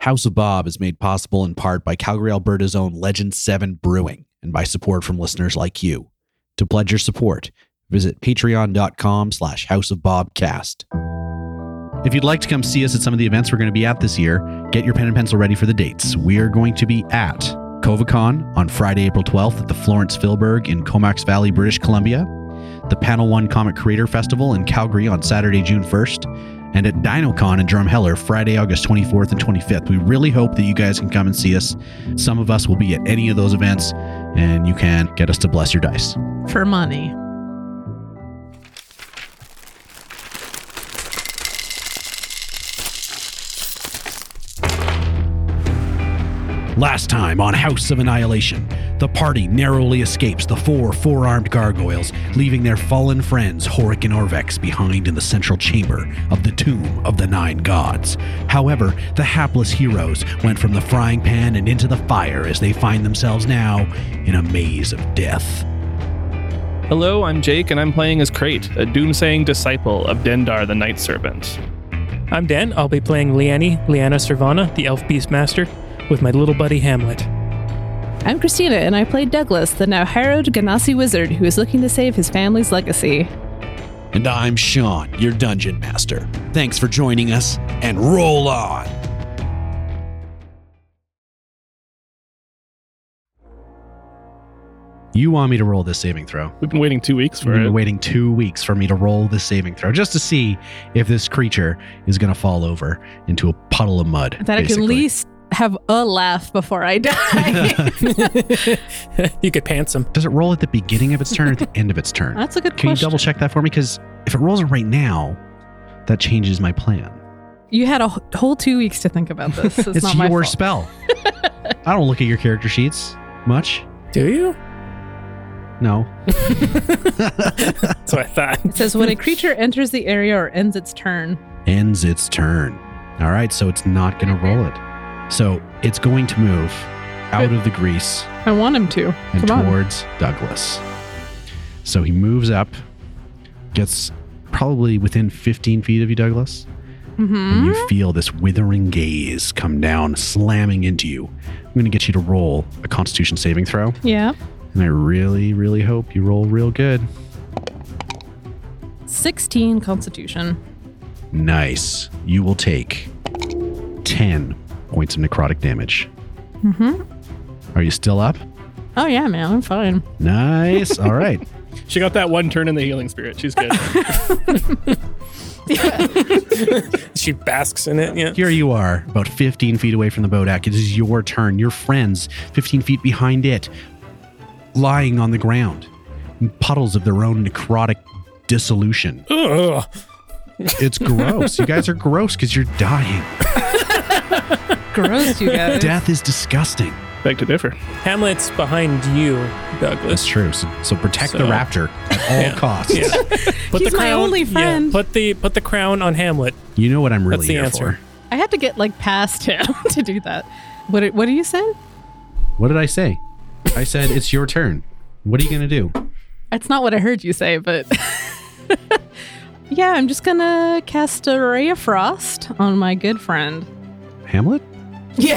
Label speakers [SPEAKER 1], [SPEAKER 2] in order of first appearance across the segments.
[SPEAKER 1] House of Bob is made possible in part by Calgary, Alberta's own Legend 7 Brewing and by support from listeners like you. To pledge your support, visit patreon.com slash houseofbobcast. If you'd like to come see us at some of the events we're going to be at this year, get your pen and pencil ready for the dates. We are going to be at Covacon on Friday, April 12th at the Florence Filberg in Comox Valley, British Columbia, the Panel One Comic Creator Festival in Calgary on Saturday, June 1st, and at DinoCon in Drumheller Friday, August 24th and 25th. We really hope that you guys can come and see us. Some of us will be at any of those events, and you can get us to bless your dice.
[SPEAKER 2] for money.
[SPEAKER 1] Last time on House of Annihilation, the party narrowly escapes the four four armed gargoyles, leaving their fallen friends Horik and Orvex behind in the central chamber of the Tomb of the Nine Gods. However, the hapless heroes went from the frying pan and into the fire as they find themselves now in a maze of death.
[SPEAKER 3] Hello, I'm Jake, and I'm playing as Crate, a doomsaying disciple of Dendar the Night Serpent.
[SPEAKER 4] I'm Dan. I'll be playing Liani, Liana Servana, the elf beast master, with my little buddy Hamlet.
[SPEAKER 2] I'm Christina, and I play Douglas, the now harrowed Ganassi wizard who is looking to save his family's legacy.
[SPEAKER 1] And I'm Sean, your dungeon master. Thanks for joining us, and roll on! You want me to roll this saving throw?
[SPEAKER 3] We've been waiting two weeks for
[SPEAKER 1] We've been
[SPEAKER 3] it.
[SPEAKER 1] waiting two weeks for me to roll this saving throw just to see if this creature is going to fall over into a puddle of mud.
[SPEAKER 2] That I can at
[SPEAKER 1] basically.
[SPEAKER 2] least have a laugh before I die.
[SPEAKER 4] you could pants him.
[SPEAKER 1] Does it roll at the beginning of its turn or at the end of its turn?
[SPEAKER 2] That's a good
[SPEAKER 1] can you
[SPEAKER 2] question.
[SPEAKER 1] double check that for me? Because if it rolls right now, that changes my plan.
[SPEAKER 2] You had a wh- whole two weeks to think about this. It's,
[SPEAKER 1] It's,
[SPEAKER 2] not my
[SPEAKER 1] your
[SPEAKER 2] fault.
[SPEAKER 1] spell. I don't look at your character sheets much.
[SPEAKER 4] Do you?
[SPEAKER 1] No.
[SPEAKER 4] That's what I thought.
[SPEAKER 2] It says when a creature enters the area or ends its turn.
[SPEAKER 1] Ends its turn. All right, so it's not going to roll it. So it's going to move out of the grease
[SPEAKER 2] I want him to.
[SPEAKER 1] and
[SPEAKER 2] Come on.
[SPEAKER 1] towards Douglas. So he moves up, gets probably within 15 feet of you, Douglas. And
[SPEAKER 2] Mm-hmm.
[SPEAKER 1] you feel this withering gaze come down, slamming into you. I'm going to get you to roll a constitution saving throw.
[SPEAKER 2] Yeah.
[SPEAKER 1] And I really, really hope you roll real good.
[SPEAKER 2] 16 Constitution.
[SPEAKER 1] Nice. You will take 10 points of necrotic damage.
[SPEAKER 2] Mm-hmm.
[SPEAKER 1] Are you still up?
[SPEAKER 2] Oh, yeah, man. I'm fine.
[SPEAKER 1] Nice. All right.
[SPEAKER 3] She got that one turn in the healing spirit. She's good.
[SPEAKER 4] She basks in it. Yeah.
[SPEAKER 1] Here you are, about 15 feet away from the bodak. It is your turn. Your friends, 15 feet behind it, lying on the ground in puddles of their own necrotic dissolution.
[SPEAKER 4] Ugh.
[SPEAKER 1] It's gross. you guys are gross because you're dying.
[SPEAKER 2] Gross, you guys.
[SPEAKER 1] Death is disgusting.
[SPEAKER 3] Beg to differ.
[SPEAKER 4] Hamlet's behind you,
[SPEAKER 1] That's
[SPEAKER 4] Douglas.
[SPEAKER 1] true. So, so protect the
[SPEAKER 4] So-
[SPEAKER 1] raptor at all costs.
[SPEAKER 4] Yeah. Put
[SPEAKER 2] He's my only friend.
[SPEAKER 4] put the put the crown on Hamlet.
[SPEAKER 1] You know what I'm really
[SPEAKER 4] the
[SPEAKER 1] here
[SPEAKER 4] answer.
[SPEAKER 2] I had to get like past him to do that. What did- What do you say?
[SPEAKER 1] for. What did I say? I said, it's your turn. What are you going to do?
[SPEAKER 2] That's not what I heard you say, but yeah, I'm just gonna cast a ray of frost on my good friend.
[SPEAKER 1] Hamlet?
[SPEAKER 2] Yeah.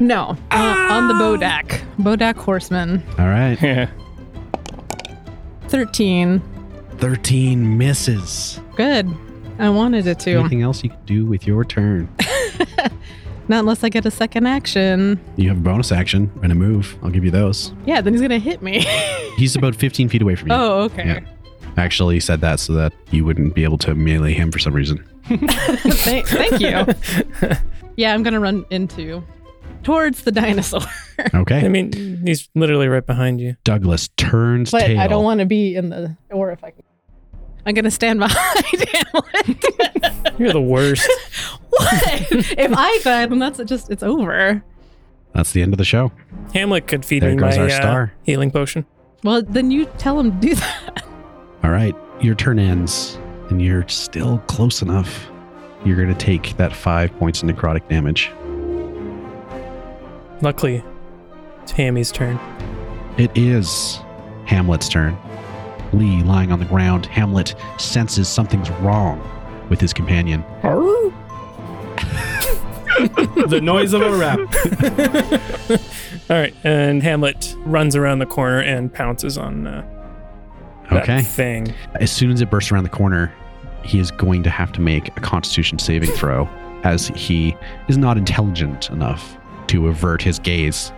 [SPEAKER 2] no, uh, on the Bodak, Bodak horseman.
[SPEAKER 1] All right.
[SPEAKER 3] Yeah.
[SPEAKER 2] Thirteen.
[SPEAKER 1] 13 misses.
[SPEAKER 2] Good. I wanted it to.
[SPEAKER 1] Anything else you can do with your turn?
[SPEAKER 2] Not unless I get a second action.
[SPEAKER 1] You have a bonus action and a move. I'll give you those.
[SPEAKER 2] Yeah, then he's gonna hit me.
[SPEAKER 1] He's about 15 feet away from you.
[SPEAKER 2] oh, okay.
[SPEAKER 1] Yeah. I actually said that so that you wouldn't be able to melee him for some reason.
[SPEAKER 2] Thank, thank you. yeah, I'm gonna run into towards the dinosaur.
[SPEAKER 1] Okay.
[SPEAKER 4] I mean, he's literally right behind you.
[SPEAKER 1] Douglas turns
[SPEAKER 2] But
[SPEAKER 1] tail.
[SPEAKER 2] I don't want to be in the or if I can. I'm gonna stand behind Hamlet.
[SPEAKER 4] You're the worst.
[SPEAKER 2] what? if I die, then that's just it's over.
[SPEAKER 1] That's the end of the show.
[SPEAKER 4] Hamlet could feed
[SPEAKER 1] There
[SPEAKER 4] me
[SPEAKER 1] goes
[SPEAKER 4] my
[SPEAKER 1] our
[SPEAKER 4] uh,
[SPEAKER 1] star.
[SPEAKER 4] healing potion.
[SPEAKER 2] Well, then you tell him to do that.
[SPEAKER 1] All right. Your turn ends, and you're still close enough. You're going to take that five points of necrotic damage.
[SPEAKER 4] Luckily, it's Hammy's turn.
[SPEAKER 1] It is Hamlet's turn. Lee, lying on the ground, Hamlet senses something's wrong with his companion.
[SPEAKER 5] the noise of a rap.
[SPEAKER 4] All right, and Hamlet runs around the corner and pounces on uh, that
[SPEAKER 1] Okay.
[SPEAKER 4] thing.
[SPEAKER 1] As soon as it bursts around the corner, he is going to have to make a constitution saving throw as he is not intelligent enough to avert his gaze.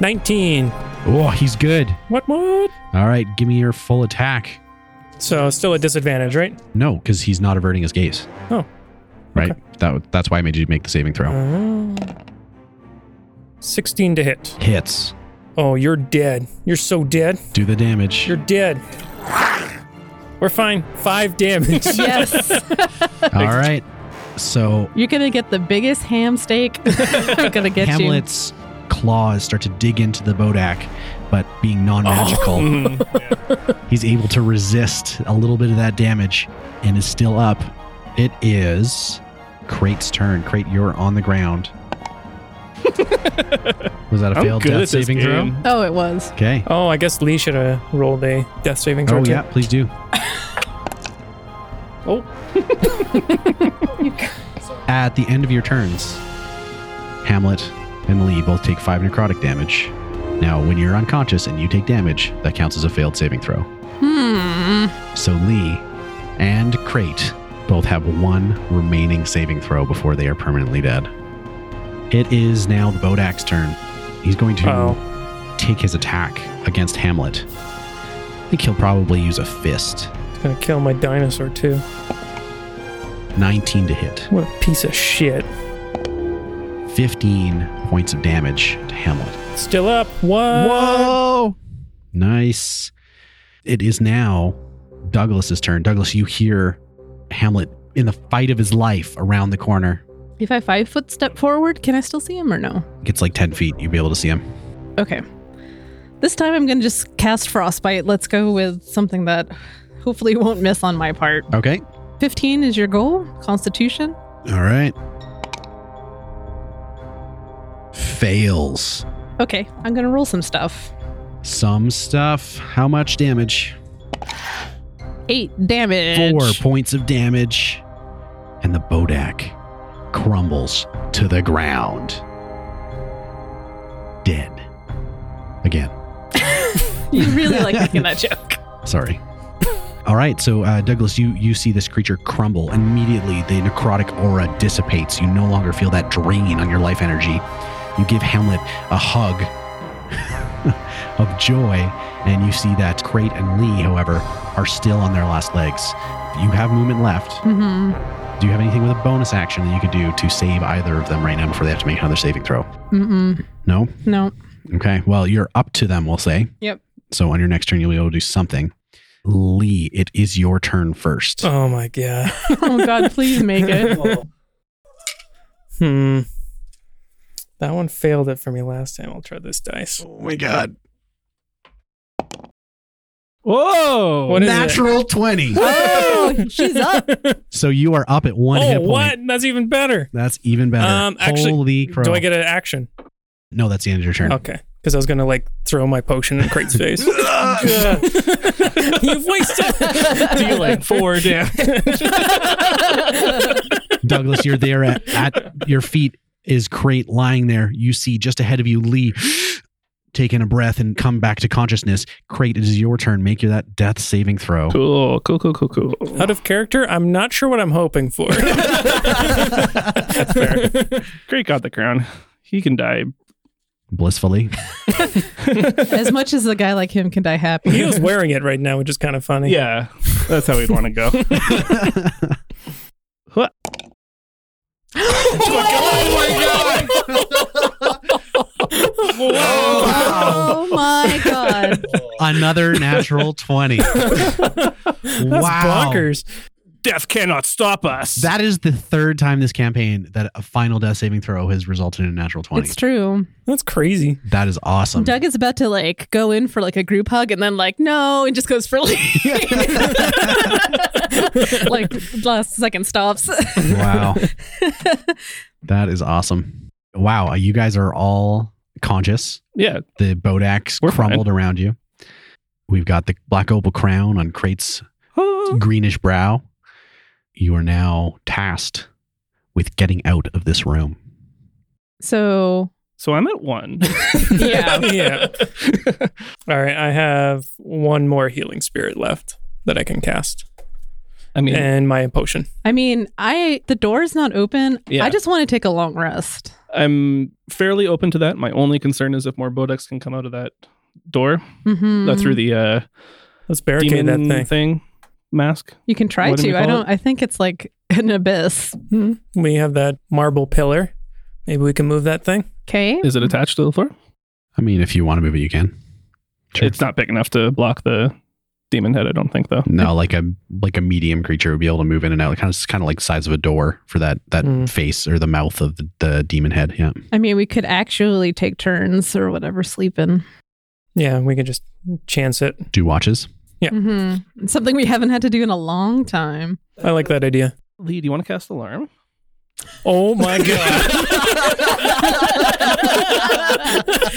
[SPEAKER 4] 19.
[SPEAKER 1] Oh, he's good.
[SPEAKER 4] What, what?
[SPEAKER 1] All right, give me your full attack.
[SPEAKER 4] So, still a disadvantage, right?
[SPEAKER 1] No, because he's not averting his gaze.
[SPEAKER 4] Oh.
[SPEAKER 1] Right? That, that's why I made you make the saving throw.
[SPEAKER 4] Oh. 16 to hit.
[SPEAKER 1] Hits.
[SPEAKER 4] Oh, you're dead. You're so dead.
[SPEAKER 1] Do the damage.
[SPEAKER 4] You're dead. We're fine. Five damage.
[SPEAKER 2] Yes.
[SPEAKER 1] All right. So
[SPEAKER 2] You're going to get the biggest ham steak. I'm going to get you.
[SPEAKER 1] Hamlet's claws start to dig into the bodak, but being non magical,
[SPEAKER 3] Oh.
[SPEAKER 2] Hmm.
[SPEAKER 1] he's able to resist a little bit of that damage and is still up. It is Crate's turn. Crate, you're on the ground. Was that a
[SPEAKER 3] I'm
[SPEAKER 1] failed
[SPEAKER 3] good at
[SPEAKER 1] death
[SPEAKER 3] this
[SPEAKER 1] saving throw?
[SPEAKER 3] game.
[SPEAKER 2] Oh, it was.
[SPEAKER 1] Okay.
[SPEAKER 4] oh, I guess Lee should have rolled a death saving throw.
[SPEAKER 1] Oh,
[SPEAKER 4] too.
[SPEAKER 1] yeah, please do.
[SPEAKER 4] Oh.
[SPEAKER 1] At the end of your turns, Hamlet and Lee both take five necrotic damage. Now, when you're unconscious and you take damage, that counts as a failed saving throw.
[SPEAKER 2] Hmm.
[SPEAKER 1] So Lee and Crate both have one remaining saving throw before they are permanently dead. It is now the Bodak's turn. He's going to
[SPEAKER 4] Uh-oh.
[SPEAKER 1] take his attack against Hamlet. I think he'll probably use a fist.
[SPEAKER 4] It's gonna kill my dinosaur too.
[SPEAKER 1] 19 to hit,
[SPEAKER 4] What a piece of shit.
[SPEAKER 1] 15 points of damage to Hamlet.
[SPEAKER 4] Still up. What?
[SPEAKER 1] Whoa! Nice. It is now Douglas's turn. Douglas, you hear Hamlet in the fight of his life around the corner.
[SPEAKER 2] If I five foot step forward, can I still see him or no?
[SPEAKER 1] Gets like 10 feet. You'll be able to see him.
[SPEAKER 2] Okay. This time I'm going to just cast Frostbite. Let's go with something that hopefully won't miss on my part.
[SPEAKER 1] Okay.
[SPEAKER 2] 15 is your goal, Constitution.
[SPEAKER 1] All right. Fails.
[SPEAKER 2] Okay, I'm going to roll some stuff.
[SPEAKER 1] Some stuff. How much damage?
[SPEAKER 2] Eight damage.
[SPEAKER 1] Four points of damage. And the Bodak crumbles to the ground. Dead. Again.
[SPEAKER 2] You really like making that joke.
[SPEAKER 1] Sorry. All right, so uh, Douglas, you you see this creature crumble. Immediately, the necrotic aura dissipates. You no longer feel that drain on your life energy. You give Hamlet a hug of joy, and you see that Crate and Lee, however, are still on their last legs. You have movement left.
[SPEAKER 2] Mm-hmm.
[SPEAKER 1] Do you have anything with a bonus action that you could do to save either of them right now before they have to make another saving throw?
[SPEAKER 2] Mm-mm.
[SPEAKER 1] No.
[SPEAKER 2] Mm-hmm. No.
[SPEAKER 1] Okay. Well, you're up to them, we'll say.
[SPEAKER 2] Yep.
[SPEAKER 1] So on your next turn, you'll be able to do something. Lee, it is your turn first.
[SPEAKER 4] Oh my god.
[SPEAKER 2] Oh God, please make it.
[SPEAKER 4] Hmm. That one failed it for me last time. I'll try this dice.
[SPEAKER 1] Oh my God.
[SPEAKER 3] Whoa!
[SPEAKER 4] What is it?
[SPEAKER 1] Natural 20.
[SPEAKER 2] Oh, she's up.
[SPEAKER 1] so you are up at one hit
[SPEAKER 4] Oh,
[SPEAKER 1] point.
[SPEAKER 4] what? That's even better.
[SPEAKER 1] That's even better.
[SPEAKER 4] Um, actually,
[SPEAKER 1] Holy crow.
[SPEAKER 4] Do I get an action?
[SPEAKER 1] no, that's the end of your turn.
[SPEAKER 4] Okay. Because I was gonna like throw my potion in Crate's face. You've wasted
[SPEAKER 3] Dealing four damage.
[SPEAKER 1] Douglas, you're there at, at your feet is Crate lying there. You see just ahead of you Lee take in a breath and come back to consciousness. Crate, it is your turn. Make your that death saving throw.
[SPEAKER 3] Cool, cool, cool, cool, cool.
[SPEAKER 4] out of character. I'm not sure what I'm hoping for.
[SPEAKER 3] Great got the crown. He can die.
[SPEAKER 1] Blissfully.
[SPEAKER 2] As much as a guy like him can die happy.
[SPEAKER 4] he was wearing it right now, which is kind of funny.
[SPEAKER 3] Yeah, that's how we'd want to go.
[SPEAKER 4] Oh
[SPEAKER 2] Oh my God.
[SPEAKER 1] Another natural 20.
[SPEAKER 4] That's
[SPEAKER 1] wow.
[SPEAKER 4] bonkers.
[SPEAKER 3] Death cannot stop us.
[SPEAKER 1] That is the third time this campaign that a final death saving throw has resulted in a natural 20.
[SPEAKER 2] It's true.
[SPEAKER 4] That's crazy.
[SPEAKER 1] that is awesome.
[SPEAKER 2] Doug is about to like go in for like a group hug and then like no and just goes for like like last second stops.
[SPEAKER 1] wow. that is awesome. Wow. You guys are all conscious.
[SPEAKER 3] yeah,
[SPEAKER 1] The Bodaks
[SPEAKER 3] We're
[SPEAKER 1] crumbled around you. We've got the black opal crown on
[SPEAKER 2] Oh.
[SPEAKER 1] Crate's greenish brow. You are now tasked with getting out of this room.
[SPEAKER 2] So
[SPEAKER 3] So I'm at one.
[SPEAKER 2] yeah,
[SPEAKER 4] yeah. All right, I have one more healing spirit left that I can cast,
[SPEAKER 3] I mean,
[SPEAKER 4] and my potion.
[SPEAKER 2] I mean, I the door's not open.
[SPEAKER 3] Yeah.
[SPEAKER 2] I just want to take a long rest.
[SPEAKER 3] I'm fairly open to that. My only concern is if more Bodex can come out of that door,
[SPEAKER 2] Mm-hmm.
[SPEAKER 3] uh, through the uh,
[SPEAKER 4] Let's barricade
[SPEAKER 3] demon
[SPEAKER 4] that thing.
[SPEAKER 3] mask.
[SPEAKER 2] You can try
[SPEAKER 3] What do we
[SPEAKER 2] to. I
[SPEAKER 3] call Hmm.
[SPEAKER 2] don't. I think it's like an abyss.
[SPEAKER 4] We have that marble pillar. Maybe we can move that thing.
[SPEAKER 2] Okay.
[SPEAKER 3] Is it attached to the floor?
[SPEAKER 1] I mean, if you want to move it, you can. Sure.
[SPEAKER 3] It's not big enough to block the demon head, I don't think, though.
[SPEAKER 1] No, like a like a medium creature would be able to move in and out. Kind of kind of like size of a door for that that
[SPEAKER 4] Mm.
[SPEAKER 1] face or the mouth of the, the demon head. Yeah.
[SPEAKER 2] I mean, we could actually take turns or whatever sleeping.
[SPEAKER 4] Yeah, we can just chance it.
[SPEAKER 1] Do watches.
[SPEAKER 2] Mm-hmm. Something we haven't had to do in a long time.
[SPEAKER 4] I like that idea.
[SPEAKER 3] Lee, do you want to cast alarm?
[SPEAKER 4] Oh my god!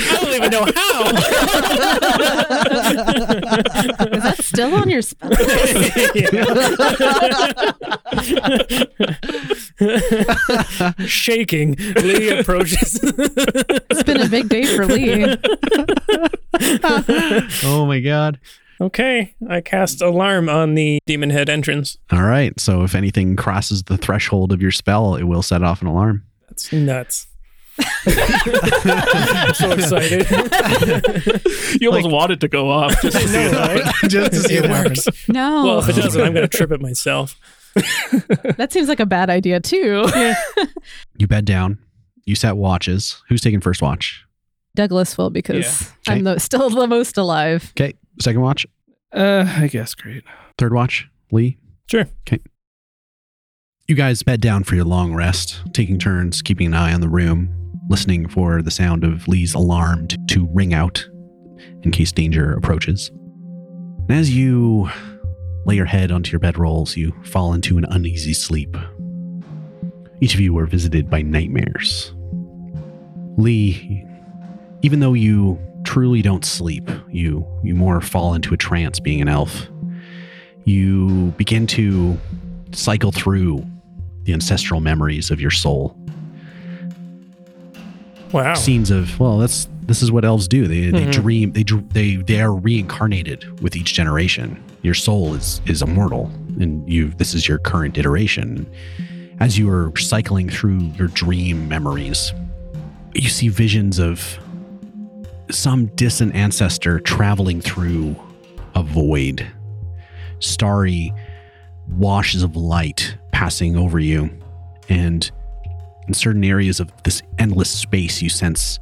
[SPEAKER 4] I don't even know how.
[SPEAKER 2] Is that still on your spell?
[SPEAKER 4] Shaking, Lee approaches.
[SPEAKER 2] It's been a big day for Lee.
[SPEAKER 1] Oh my god.
[SPEAKER 4] okay, I cast alarm on the demon head entrance.
[SPEAKER 1] All right. So if anything crosses the threshold of your spell, it will set off an alarm.
[SPEAKER 4] That's nuts. I'm so excited.
[SPEAKER 3] You almost wanted to go off. Just to see
[SPEAKER 4] No,
[SPEAKER 3] it.
[SPEAKER 4] right?
[SPEAKER 1] Just to see
[SPEAKER 4] It
[SPEAKER 1] what happens.
[SPEAKER 4] works.
[SPEAKER 2] No,
[SPEAKER 4] Well, if it doesn't, I'm going to trip it myself.
[SPEAKER 2] that seems like a bad idea too.
[SPEAKER 1] You bed down. You set watches. Who's taking first watch?
[SPEAKER 2] Douglas will because
[SPEAKER 1] Yeah.
[SPEAKER 2] I'm the, still the most alive.
[SPEAKER 1] Okay. Second watch.
[SPEAKER 3] Uh, I guess, great.
[SPEAKER 1] Third watch. Lee.
[SPEAKER 4] Sure.
[SPEAKER 1] You guys bed down for your long rest, taking turns keeping an eye on the room, listening for the sound of Lee's alarm t- to ring out in case danger approaches. And as you lay your head onto your bedrolls, you fall into an uneasy sleep. Each of you were visited by nightmares. Lee, even though you truly don't sleep, you you more fall into a trance being an elf. You begin to cycle through the ancestral memories of your soul.
[SPEAKER 4] Wow.
[SPEAKER 1] Scenes of well, that's this is what elves do. They, they
[SPEAKER 4] Mhm.
[SPEAKER 1] dream. They dr- they they are reincarnated with each generation. Your soul is is immortal, and you. This is your current iteration. As you are cycling through your dream memories, you see visions of some distant ancestor traveling through a void, starry washes of light passing over you, and in certain areas of this endless space, you sense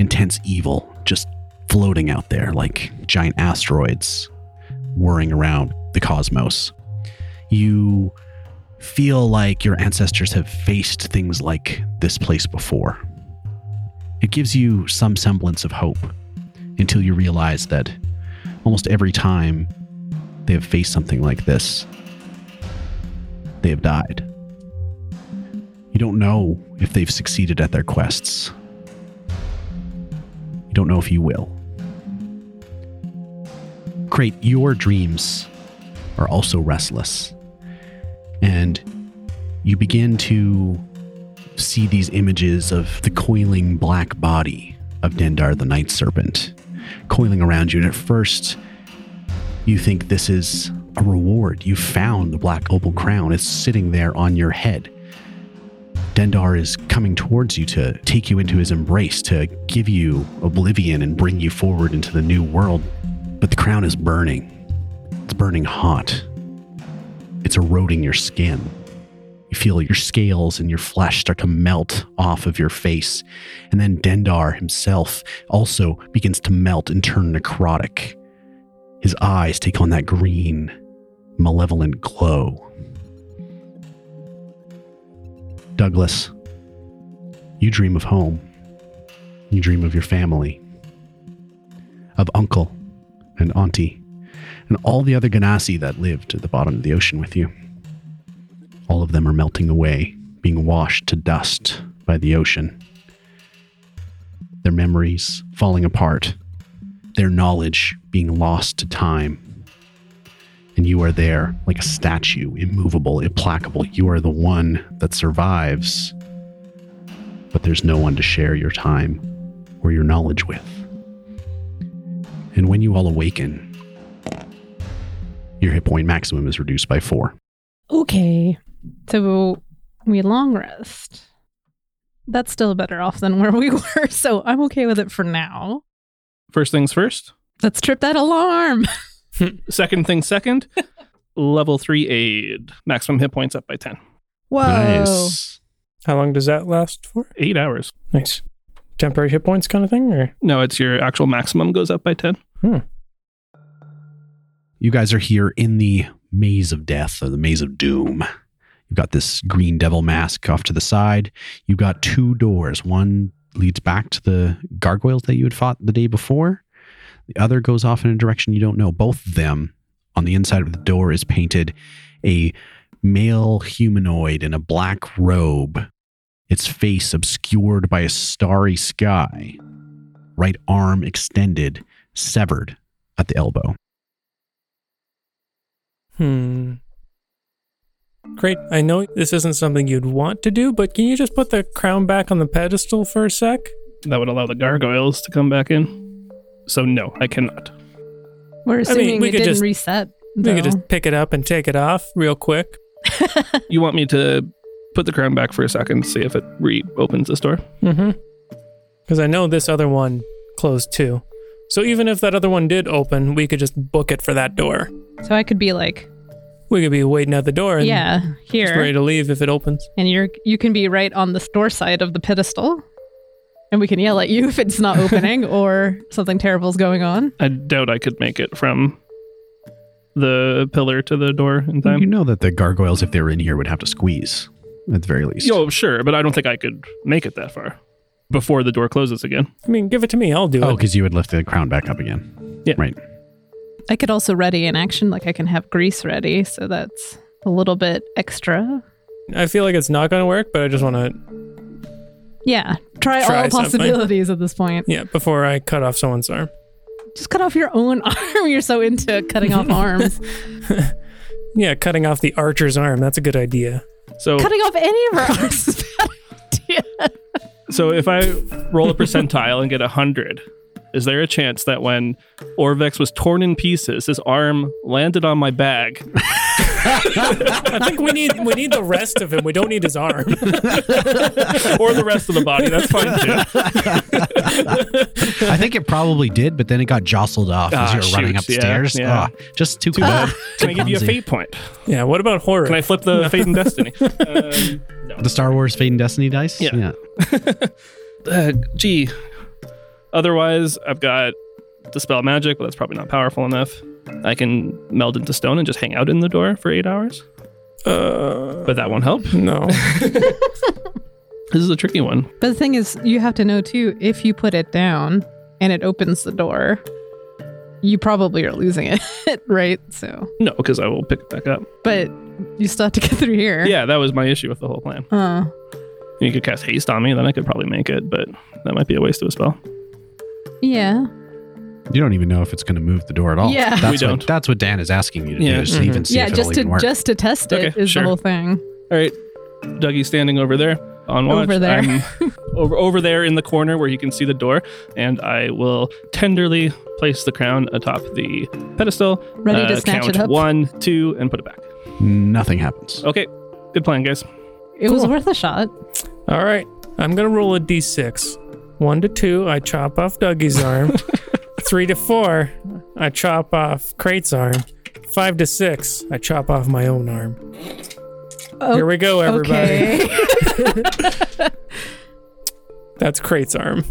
[SPEAKER 1] intense evil just floating out there like giant asteroids whirring around the cosmos. You feel like your ancestors have faced things like this place before. It gives you some semblance of hope until you realize that almost every time they have faced something like this, they have died. You don't know if they've succeeded at their quests. You don't know if you will. Crate, your dreams are also restless. And you begin to see these images of the coiling black body of Dendar the Night Serpent coiling around you. And at first, you think this is a reward. You found the black opal crown, it's sitting there on your head. Dendar is coming towards you to take you into his embrace, to give you oblivion and bring you forward into the new world. But the crown is burning. It's burning hot. It's eroding your skin. You feel your scales and your flesh start to melt off of your face. And then Dendar himself also begins to melt and turn necrotic. His eyes take on that green, malevolent glow. Douglas, you dream of home. You dream of your family, of uncle and auntie, and all the other Ganassi that lived at the bottom of the ocean with you. All of them are melting away, being washed to dust by the ocean. Their memories falling apart, their knowledge being lost to time. and you are there like a statue, immovable, implacable. You are the one that survives, but there's no one to share your time or your knowledge with. And when you all awaken, your hit point maximum is reduced by four.
[SPEAKER 2] Okay. So we long rest. That's still better off than where we were, so I'm okay with it for now.
[SPEAKER 3] First things first.
[SPEAKER 2] Let's trip that alarm.
[SPEAKER 3] Second thing second. level three aid. Maximum hit points up by 10.
[SPEAKER 2] Whoa.
[SPEAKER 1] Nice.
[SPEAKER 4] How long does that last for?
[SPEAKER 3] Eight hours.
[SPEAKER 4] Nice. Temporary hit points kind of thing, or
[SPEAKER 3] No, it's your actual maximum goes up by 10.
[SPEAKER 1] You guys are here in the maze of death or the maze of doom. You've got this green devil mask off to the side. You've got two doors. One leads back to the gargoyles that you had fought the day before. The other goes off in a direction you don't know. Both of them on the inside of the door is painted a male humanoid in a black robe, its face obscured by a starry sky, right arm extended, severed at the elbow.
[SPEAKER 4] hmm. Great. I know this isn't something you'd want to do, but can you just put the crown back on the pedestal for a sec?
[SPEAKER 3] That would allow the gargoyles to come back in. So, no, I cannot.
[SPEAKER 2] We're assuming
[SPEAKER 4] we
[SPEAKER 2] it
[SPEAKER 4] could
[SPEAKER 2] didn't
[SPEAKER 4] just-
[SPEAKER 2] reset.
[SPEAKER 4] We
[SPEAKER 2] though.
[SPEAKER 4] could just pick it up and take it off real quick.
[SPEAKER 3] You want me to put the crown back for a second, see if it reopens this door?
[SPEAKER 4] Mm-hmm. Because I know this other one closed too. So even if that other one did open, we could just book it for that door.
[SPEAKER 2] So I could be like,
[SPEAKER 4] We could be waiting at the door and
[SPEAKER 2] yeah,
[SPEAKER 4] just
[SPEAKER 2] here.
[SPEAKER 4] ready to leave if it opens.
[SPEAKER 2] and you're you can be right on the door side of the pedestal and we can yell at you if it's not opening or something terrible's going on
[SPEAKER 3] I doubt I could make it from the pillar to the door in time.
[SPEAKER 1] You know that the gargoyles, if they were in here, would have to squeeze at the very least.
[SPEAKER 3] Yo, sure, but I don't think I could make it that far before the door closes again.
[SPEAKER 4] I mean, give it to me. I'll do
[SPEAKER 1] oh,
[SPEAKER 4] it.
[SPEAKER 1] because you would lift the crown back up again.
[SPEAKER 3] Yeah.
[SPEAKER 1] Right.
[SPEAKER 2] i could also ready an action like i can have grease ready so that's a little bit extra
[SPEAKER 4] I feel like it's not going to work, but I just want to,
[SPEAKER 2] yeah try,
[SPEAKER 4] Try
[SPEAKER 2] all
[SPEAKER 4] something.
[SPEAKER 2] possibilities at this point
[SPEAKER 4] yeah, before I cut off someone's arm.
[SPEAKER 2] just cut off your own arm you're so into cutting off arms
[SPEAKER 4] Yeah, cutting off the archer's arm. That's a good idea.
[SPEAKER 3] So,
[SPEAKER 2] cutting off any of our arms is a bad idea.
[SPEAKER 3] so if I roll a percentile and get a hundred, is there a chance that when Orvex was torn in pieces, his arm landed on my bag?
[SPEAKER 4] I think we need we need the rest of him. We don't need his arm.
[SPEAKER 3] or the rest of the body. That's fine too.
[SPEAKER 1] I think it probably did, but then it got jostled off as
[SPEAKER 3] Ah,
[SPEAKER 1] you were running
[SPEAKER 3] shoot. Yeah,
[SPEAKER 1] upstairs.
[SPEAKER 3] yeah.
[SPEAKER 1] Ah, just too,
[SPEAKER 3] bad.
[SPEAKER 1] bad.
[SPEAKER 3] Can I give you a
[SPEAKER 1] clumsy.
[SPEAKER 3] fate point?
[SPEAKER 4] Yeah, what about horror?
[SPEAKER 3] Can I flip the fate and destiny? Um,
[SPEAKER 1] The Star Wars Fate and Destiny dice?
[SPEAKER 3] Yeah. uh, gee. Otherwise, I've got dispel magic, but that's probably not powerful enough. I can meld into stone and just hang out in the door for eight hours,
[SPEAKER 4] uh,
[SPEAKER 3] but that won't help.
[SPEAKER 4] no.
[SPEAKER 3] This is a tricky one.
[SPEAKER 2] but the thing is you have to know too if you put it down and it opens the door you probably are losing it right so
[SPEAKER 3] No, because I will pick it back up.
[SPEAKER 2] but you still have to get through here.
[SPEAKER 3] Yeah, that was my issue with the whole plan.
[SPEAKER 2] Uh,
[SPEAKER 3] You could cast haste on me, then I could probably make it, but that might be a waste of a spell.
[SPEAKER 2] yeah.
[SPEAKER 1] You don't even know if it's going to move the door at all.
[SPEAKER 2] Yeah. We
[SPEAKER 1] That's, What,
[SPEAKER 3] don't.
[SPEAKER 1] that's what Dan is asking you to
[SPEAKER 3] Yeah. Mm-hmm.
[SPEAKER 1] do, is to even see
[SPEAKER 2] yeah,
[SPEAKER 1] if it'll
[SPEAKER 2] just to
[SPEAKER 1] even work.
[SPEAKER 2] just to test it is
[SPEAKER 3] Okay, sure.
[SPEAKER 2] the whole thing.
[SPEAKER 3] All right, Dougie's standing over there on watch.
[SPEAKER 2] Over there.
[SPEAKER 3] I'm over over there in the corner where you can see the door, and I will tenderly place the crown atop the pedestal. uh,
[SPEAKER 2] Ready to snatch
[SPEAKER 3] count
[SPEAKER 2] it up?
[SPEAKER 3] One, two, and put it back.
[SPEAKER 1] Nothing happens.
[SPEAKER 3] Okay, good plan, guys.
[SPEAKER 2] It was worth a shot.
[SPEAKER 4] All right, I'm gonna roll a d6. One to two, I chop off Dougie's arm. Three to four, I chop off Crate's arm. Five to six, I chop off my own arm.
[SPEAKER 2] Oh,
[SPEAKER 4] Here we go, everybody.
[SPEAKER 2] Okay.
[SPEAKER 4] That's Crate's arm.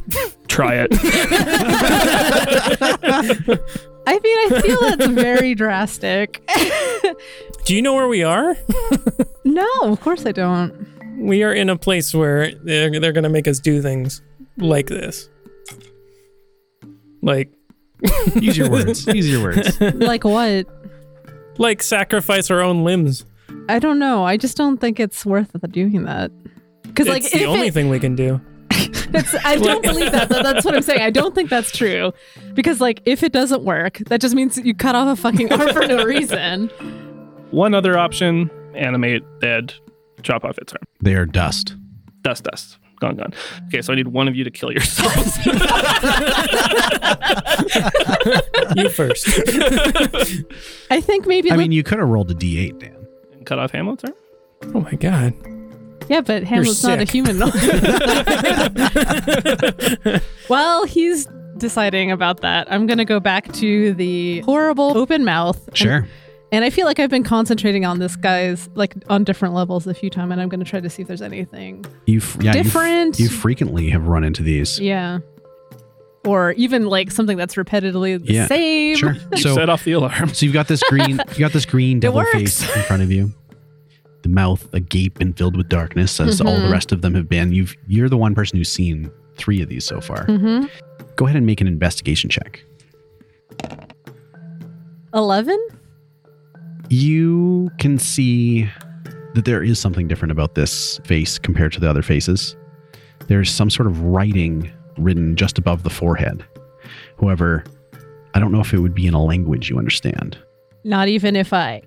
[SPEAKER 3] Try it.
[SPEAKER 2] I mean, I feel that's very drastic.
[SPEAKER 4] Do you know where we are?
[SPEAKER 2] No, of course I don't.
[SPEAKER 4] We are in a place where they're, they're gonna make us do things like this. Like,
[SPEAKER 3] Oh.
[SPEAKER 1] Use your words. Use your words.
[SPEAKER 2] Like what?
[SPEAKER 4] like sacrifice our own limbs.
[SPEAKER 2] I don't know. I just don't think it's worth doing that. Because like
[SPEAKER 4] it's
[SPEAKER 2] if
[SPEAKER 4] the only
[SPEAKER 2] it,
[SPEAKER 4] thing we can do.
[SPEAKER 2] It's, I don't believe that. though. That's what I'm saying. I don't think that's true. Because, like, if it doesn't work, that just means that you cut off a fucking arm for no reason.
[SPEAKER 3] One other option animate dead, chop off its arm.
[SPEAKER 1] They are dust.
[SPEAKER 3] Dust, dust. Gone, gone. Okay, so I need one of you to kill yourselves.
[SPEAKER 4] You first.
[SPEAKER 2] I think maybe.
[SPEAKER 1] I
[SPEAKER 2] like,
[SPEAKER 1] mean, you could have rolled a D8, Dan.
[SPEAKER 3] Cut off Hamlet's arm?
[SPEAKER 4] oh my god.
[SPEAKER 2] yeah, but Hamlet's not a
[SPEAKER 4] sick.
[SPEAKER 2] human. While he's deciding about that, I'm going to go back to the horrible open mouth. and
[SPEAKER 1] Sure.
[SPEAKER 2] And I feel like I've been concentrating on this guy's like on different levels a few times, and I'm going to try to see if there's anything.
[SPEAKER 1] You f- yeah, you f-
[SPEAKER 2] Different.
[SPEAKER 1] You, frequently have run into these.
[SPEAKER 2] Yeah. Or even like something that's repetitively the
[SPEAKER 1] Yeah,
[SPEAKER 2] same.
[SPEAKER 1] Sure.
[SPEAKER 3] You
[SPEAKER 1] So
[SPEAKER 3] set off the alarm.
[SPEAKER 1] So you've got this green, you got this green devil face
[SPEAKER 2] works.
[SPEAKER 1] in front of you. The mouth agape and filled with darkness, as all the
[SPEAKER 2] Mhm.
[SPEAKER 1] rest of them have been. You've you're the one person who's seen three of these so far.
[SPEAKER 2] Mm-hmm.
[SPEAKER 1] Go ahead and make an investigation check.
[SPEAKER 2] Eleven.
[SPEAKER 1] You can see that there is something different about this face compared to the other faces. There's some sort of writing written just above the forehead. However, I don't know if it would be in a language you understand.
[SPEAKER 2] Not even if I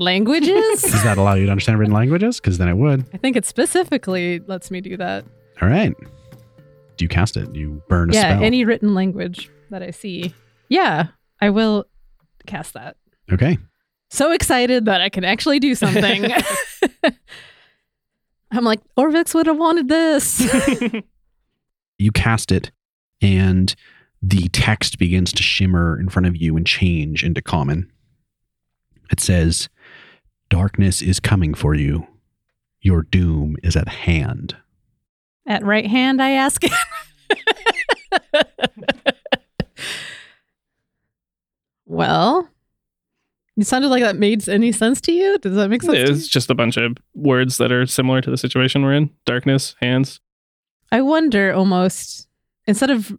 [SPEAKER 2] languages.
[SPEAKER 1] Does that allow you to understand written languages? Because then it would.
[SPEAKER 2] I think it specifically lets me do that.
[SPEAKER 1] All right. Do you cast it? You burn a
[SPEAKER 2] yeah,
[SPEAKER 1] spell.
[SPEAKER 2] any written language that I see. Yeah, I will cast that.
[SPEAKER 1] okay.
[SPEAKER 2] So excited that I can actually do something. I'm like, Orvix would have wanted this.
[SPEAKER 1] You cast it, and the text begins to shimmer in front of you and change into common. It says, Darkness is coming for you. Your doom is at hand.
[SPEAKER 2] At right hand, I ask. well, it sounded like that made any sense to you. Does that make sense? to you?
[SPEAKER 3] It's just a bunch of words that are similar to the situation we're in darkness, hands.
[SPEAKER 2] I wonder almost instead of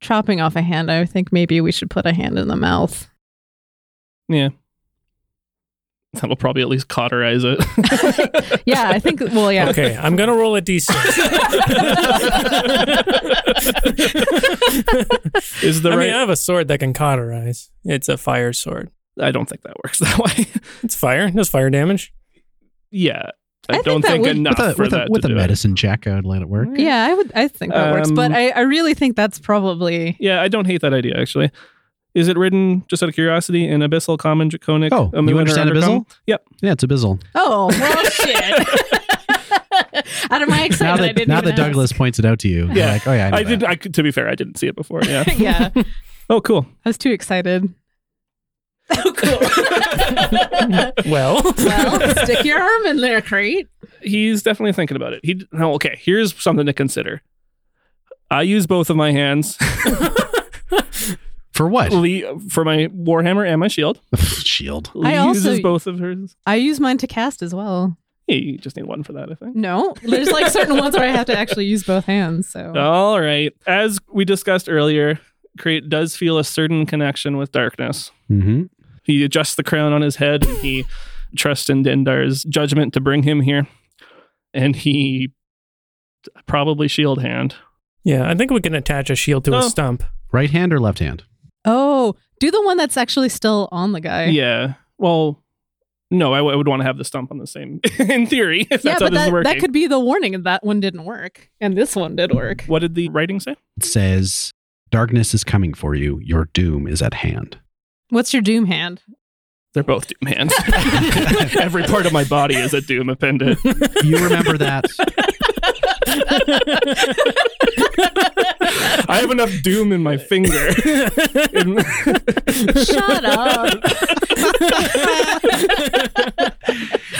[SPEAKER 2] chopping off a hand, I think maybe we should put a hand in the mouth.
[SPEAKER 3] Yeah. That'll probably at least cauterize it.
[SPEAKER 2] yeah, I think. Well, yeah.
[SPEAKER 4] Okay, I'm gonna roll a d6.
[SPEAKER 3] Is the
[SPEAKER 4] I
[SPEAKER 3] right.
[SPEAKER 4] mean, I have a sword that can cauterize. It's a fire sword.
[SPEAKER 3] I don't think that works that way.
[SPEAKER 4] It's fire. Does fire damage?
[SPEAKER 3] yeah.
[SPEAKER 2] I
[SPEAKER 3] I,
[SPEAKER 2] think
[SPEAKER 3] don't
[SPEAKER 2] that
[SPEAKER 3] think
[SPEAKER 2] would-
[SPEAKER 3] enough
[SPEAKER 1] With a,
[SPEAKER 3] for
[SPEAKER 1] with
[SPEAKER 3] that
[SPEAKER 1] a, with
[SPEAKER 3] to
[SPEAKER 1] a
[SPEAKER 3] do it.
[SPEAKER 1] medicine check, I would let it work.
[SPEAKER 2] Yeah, I would. I think that works, but
[SPEAKER 3] Um,
[SPEAKER 2] I, I really think that's probably
[SPEAKER 3] Yeah, I don't hate that idea actually. Is it written just out of curiosity in abyssal, common, draconic?
[SPEAKER 1] Oh,
[SPEAKER 3] Amuin,
[SPEAKER 1] you
[SPEAKER 3] or
[SPEAKER 1] understand Abyssal?
[SPEAKER 3] Undercommon?
[SPEAKER 2] Mm-hmm.
[SPEAKER 1] Yeah, it's Abyssal.
[SPEAKER 2] Oh, well, shit. Out of my
[SPEAKER 1] Now
[SPEAKER 2] excitement, I
[SPEAKER 1] that,
[SPEAKER 2] didn't
[SPEAKER 1] now
[SPEAKER 2] even
[SPEAKER 1] that Douglas points it out to you, yeah.
[SPEAKER 3] Yeah.
[SPEAKER 1] like, oh yeah, I,
[SPEAKER 3] I,
[SPEAKER 1] know that.
[SPEAKER 3] didn't. I could- to be fair, I didn't see it before. Yeah.
[SPEAKER 2] ask. yeah, I
[SPEAKER 3] oh, cool.
[SPEAKER 2] was too excited. Oh, cool.
[SPEAKER 4] Well,
[SPEAKER 2] well, stick your arm in there, crate.
[SPEAKER 3] He's definitely thinking about it. He d- no. Okay, here's something to consider. I use both of my hands
[SPEAKER 1] For what?
[SPEAKER 3] Lee, for my warhammer and my shield.
[SPEAKER 1] Shield.
[SPEAKER 3] Lee
[SPEAKER 2] I also-
[SPEAKER 3] uses both of hers.
[SPEAKER 2] I use mine to cast as well.
[SPEAKER 3] Yeah, you just need one for that, I think.
[SPEAKER 2] No, there's like certain ones where I have to actually use both hands. So
[SPEAKER 3] All right. As we discussed earlier, Crate does feel a certain connection with darkness.
[SPEAKER 1] Mm-hmm.
[SPEAKER 3] He adjusts the crown on his head and he trusts in Dendar's judgment to bring him here. And he probably shield hand.
[SPEAKER 4] yeah, I think we can attach a shield to a
[SPEAKER 3] No.
[SPEAKER 4] stump.
[SPEAKER 1] Right hand or left hand?
[SPEAKER 2] Oh, do the one that's actually still on the guy.
[SPEAKER 3] Yeah. Well, no, I, w- I would want to have the stump on the same in theory, if that's
[SPEAKER 2] Yeah,
[SPEAKER 3] how
[SPEAKER 2] but
[SPEAKER 3] this is
[SPEAKER 2] that,
[SPEAKER 3] working.
[SPEAKER 2] that could be the warning and that one didn't work. And this one did work.
[SPEAKER 3] What did the writing say?
[SPEAKER 1] It says, Darkness is coming for you. Your doom is at hand.
[SPEAKER 2] What's your doom hand?
[SPEAKER 3] They're both doom hands. Every part of my body is a doom appendant.
[SPEAKER 1] You remember that
[SPEAKER 3] I have enough doom in my finger. In-
[SPEAKER 2] Shut up.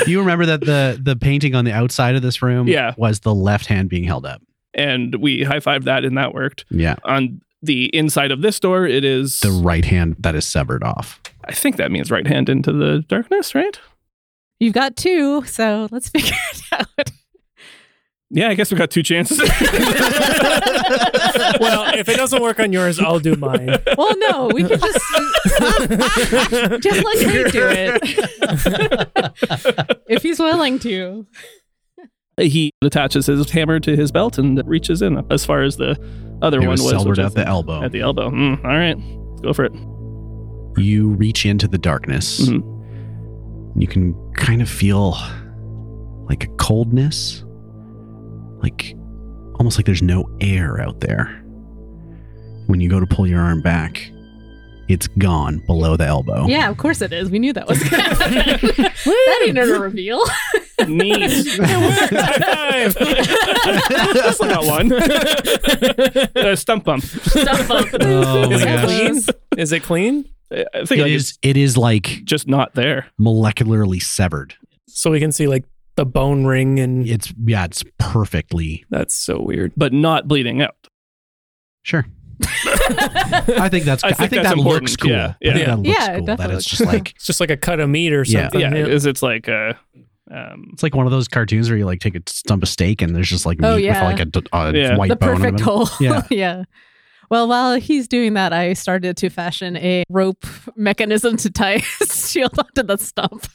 [SPEAKER 1] you remember that the the painting on the outside of this room
[SPEAKER 3] Yeah.
[SPEAKER 1] was the left hand being held up.
[SPEAKER 3] and we high fived that, and that worked.
[SPEAKER 1] Yeah.
[SPEAKER 3] On the inside of this door, it is.
[SPEAKER 1] The right hand that is severed off.
[SPEAKER 3] I think that means right hand into the darkness, right?
[SPEAKER 2] You've got two, so let's figure it out.
[SPEAKER 3] Yeah, I guess we got two chances.
[SPEAKER 4] well, if it doesn't work on yours, I'll do mine.
[SPEAKER 2] Well, no, we can just just let him do it if he's willing to.
[SPEAKER 3] He attaches his hammer to his belt and reaches in as far as the other
[SPEAKER 1] It
[SPEAKER 3] one
[SPEAKER 1] was
[SPEAKER 3] was,
[SPEAKER 1] Selbert
[SPEAKER 3] which is
[SPEAKER 1] at the elbow.
[SPEAKER 3] at the elbow. Mm, all right, let's go for it.
[SPEAKER 1] you reach into the darkness.
[SPEAKER 3] Mhm.
[SPEAKER 1] You can kind of feel like a coldness, like almost like there's no air out there. When you go to pull your arm back, it's gone below the elbow.
[SPEAKER 2] Yeah, of course it is. We knew that was going to happen. that ain't a reveal.
[SPEAKER 3] Neat.
[SPEAKER 4] High five!
[SPEAKER 3] That's not one. uh, stump bump.
[SPEAKER 2] Stuff up.
[SPEAKER 1] Oh my
[SPEAKER 4] Is it
[SPEAKER 1] gosh.
[SPEAKER 4] clean? Is it clean?
[SPEAKER 3] I I think
[SPEAKER 1] It
[SPEAKER 3] like, it's
[SPEAKER 1] is it is like
[SPEAKER 3] just not there.
[SPEAKER 1] molecularly severed.
[SPEAKER 4] So we can see like the bone ring
[SPEAKER 3] Mm.
[SPEAKER 4] and
[SPEAKER 1] It's yeah, it's perfectly
[SPEAKER 4] that's so weird.
[SPEAKER 3] but not bleeding out.
[SPEAKER 1] sure. I think that's
[SPEAKER 3] I
[SPEAKER 1] I
[SPEAKER 3] think
[SPEAKER 1] think,
[SPEAKER 3] that's
[SPEAKER 1] that
[SPEAKER 3] important.
[SPEAKER 1] looks cool.
[SPEAKER 3] Yeah,
[SPEAKER 1] I think
[SPEAKER 4] yeah.
[SPEAKER 1] that looks
[SPEAKER 2] Yeah, it
[SPEAKER 1] cool. That
[SPEAKER 2] definitely
[SPEAKER 1] it's
[SPEAKER 2] looks
[SPEAKER 1] just like
[SPEAKER 4] It's just like a cut of meat or
[SPEAKER 1] Yeah.
[SPEAKER 4] something.
[SPEAKER 3] yeah,
[SPEAKER 4] yeah.
[SPEAKER 3] is it's like a um,
[SPEAKER 1] It's like one of those cartoons where you like take a stump of steak and there's just like meat
[SPEAKER 2] Oh,
[SPEAKER 1] with
[SPEAKER 2] yeah.
[SPEAKER 1] like a, d- a
[SPEAKER 3] Yeah.
[SPEAKER 1] white
[SPEAKER 2] the
[SPEAKER 1] bone.
[SPEAKER 2] perfect
[SPEAKER 1] on
[SPEAKER 2] hole.
[SPEAKER 1] Yeah.
[SPEAKER 2] yeah. Well, while he's doing that, I started to fashion a rope mechanism to tie his shield onto the stump.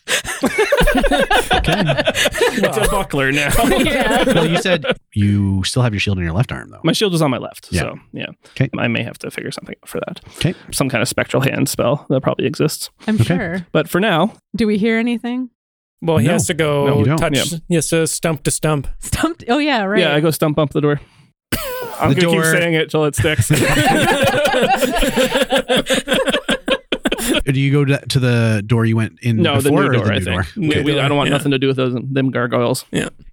[SPEAKER 3] it's a buckler now.
[SPEAKER 1] it. well, you said you still have your shield in your left arm though.
[SPEAKER 3] My shield is on my left,
[SPEAKER 1] Yeah.
[SPEAKER 3] so yeah.
[SPEAKER 1] 'Kay.
[SPEAKER 3] I may have to figure something out for that.
[SPEAKER 1] 'Kay.
[SPEAKER 3] Some kind of spectral hand spell that probably exists.
[SPEAKER 2] I'm
[SPEAKER 1] Okay.
[SPEAKER 2] sure.
[SPEAKER 3] But for now,
[SPEAKER 2] Do we hear anything?
[SPEAKER 4] Well, he
[SPEAKER 1] No.
[SPEAKER 4] has to go
[SPEAKER 1] No, you don't.
[SPEAKER 4] touch.
[SPEAKER 3] Yeah.
[SPEAKER 4] He has to stump to stump.
[SPEAKER 2] Stumped. Oh yeah, right.
[SPEAKER 3] yeah, I go stump bump the door. I'm
[SPEAKER 1] The
[SPEAKER 3] gonna
[SPEAKER 1] door-
[SPEAKER 3] keep saying it till it sticks.
[SPEAKER 1] Do you go to, to the door you went in
[SPEAKER 3] no, the
[SPEAKER 1] before
[SPEAKER 3] new
[SPEAKER 1] or
[SPEAKER 3] door.
[SPEAKER 1] the
[SPEAKER 3] I
[SPEAKER 1] new door?
[SPEAKER 3] think We-
[SPEAKER 4] Okay.
[SPEAKER 3] we- I don't want
[SPEAKER 4] Yeah.
[SPEAKER 3] nothing to do with those them gargoyles.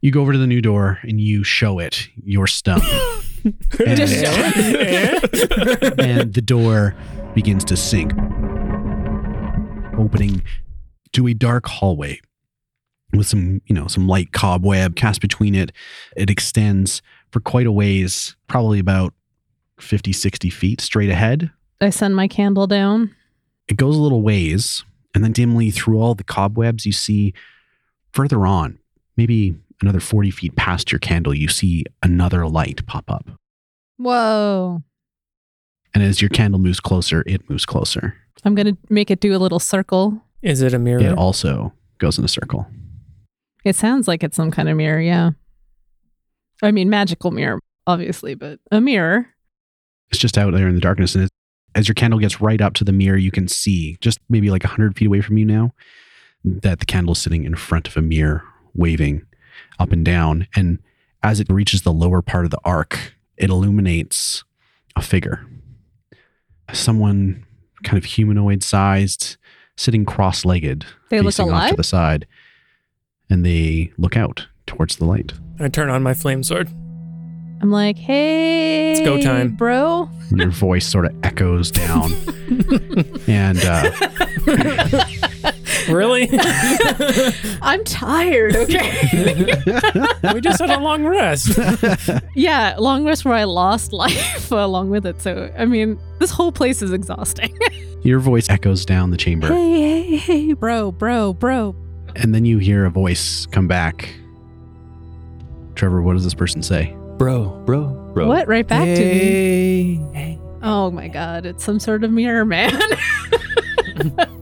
[SPEAKER 1] You go over to the new door and you show it your stump. and, and the door begins to sink, opening to a dark hallway with some, you know, some light cobweb cast between it. It extends for quite a ways, probably about 50, 60 feet straight ahead.
[SPEAKER 2] I send my candle down.
[SPEAKER 1] It goes a little ways, and then dimly through all the cobwebs, you see further on, maybe another 40 feet past your candle, you see another light pop up.
[SPEAKER 2] Whoa.
[SPEAKER 1] And as your candle moves closer, it moves closer.
[SPEAKER 2] I'm gonna make it do a little circle.
[SPEAKER 4] Is it a mirror?
[SPEAKER 1] It also goes in a circle.
[SPEAKER 2] It sounds like it's some kind of mirror, yeah. I mean magical mirror, obviously, but a mirror.
[SPEAKER 1] It's just out there in the darkness. And it, as your candle gets right up to the mirror, you can see, just maybe like 100 feet away from you now, that the candle is sitting in front of a mirror, waving up and down. And as it reaches the lower part of the arc, it illuminates a figure. Someone kind of humanoid sized, sitting cross legged,
[SPEAKER 2] They look
[SPEAKER 1] off to
[SPEAKER 2] alive?
[SPEAKER 1] the side. And they look out towards the light.
[SPEAKER 4] I turn on my flame sword.
[SPEAKER 2] I'm like, hey
[SPEAKER 4] It's go time.
[SPEAKER 2] Bro.
[SPEAKER 1] and your voice sort of echoes down. and uh,
[SPEAKER 4] Really?
[SPEAKER 2] I'm tired, okay?
[SPEAKER 4] we just had a long rest.
[SPEAKER 2] yeah, long rest where I lost life along with it. So I mean, this whole place is exhausting.
[SPEAKER 1] your voice echoes down the chamber.
[SPEAKER 2] hey, hey, hey, bro, bro, bro.
[SPEAKER 1] And then you hear a voice come back. Trevor, what does this person say?
[SPEAKER 5] Bro, bro, bro.
[SPEAKER 2] What? Right back to me.
[SPEAKER 5] hey. to me.
[SPEAKER 2] Oh my god, it's some sort of mirror man.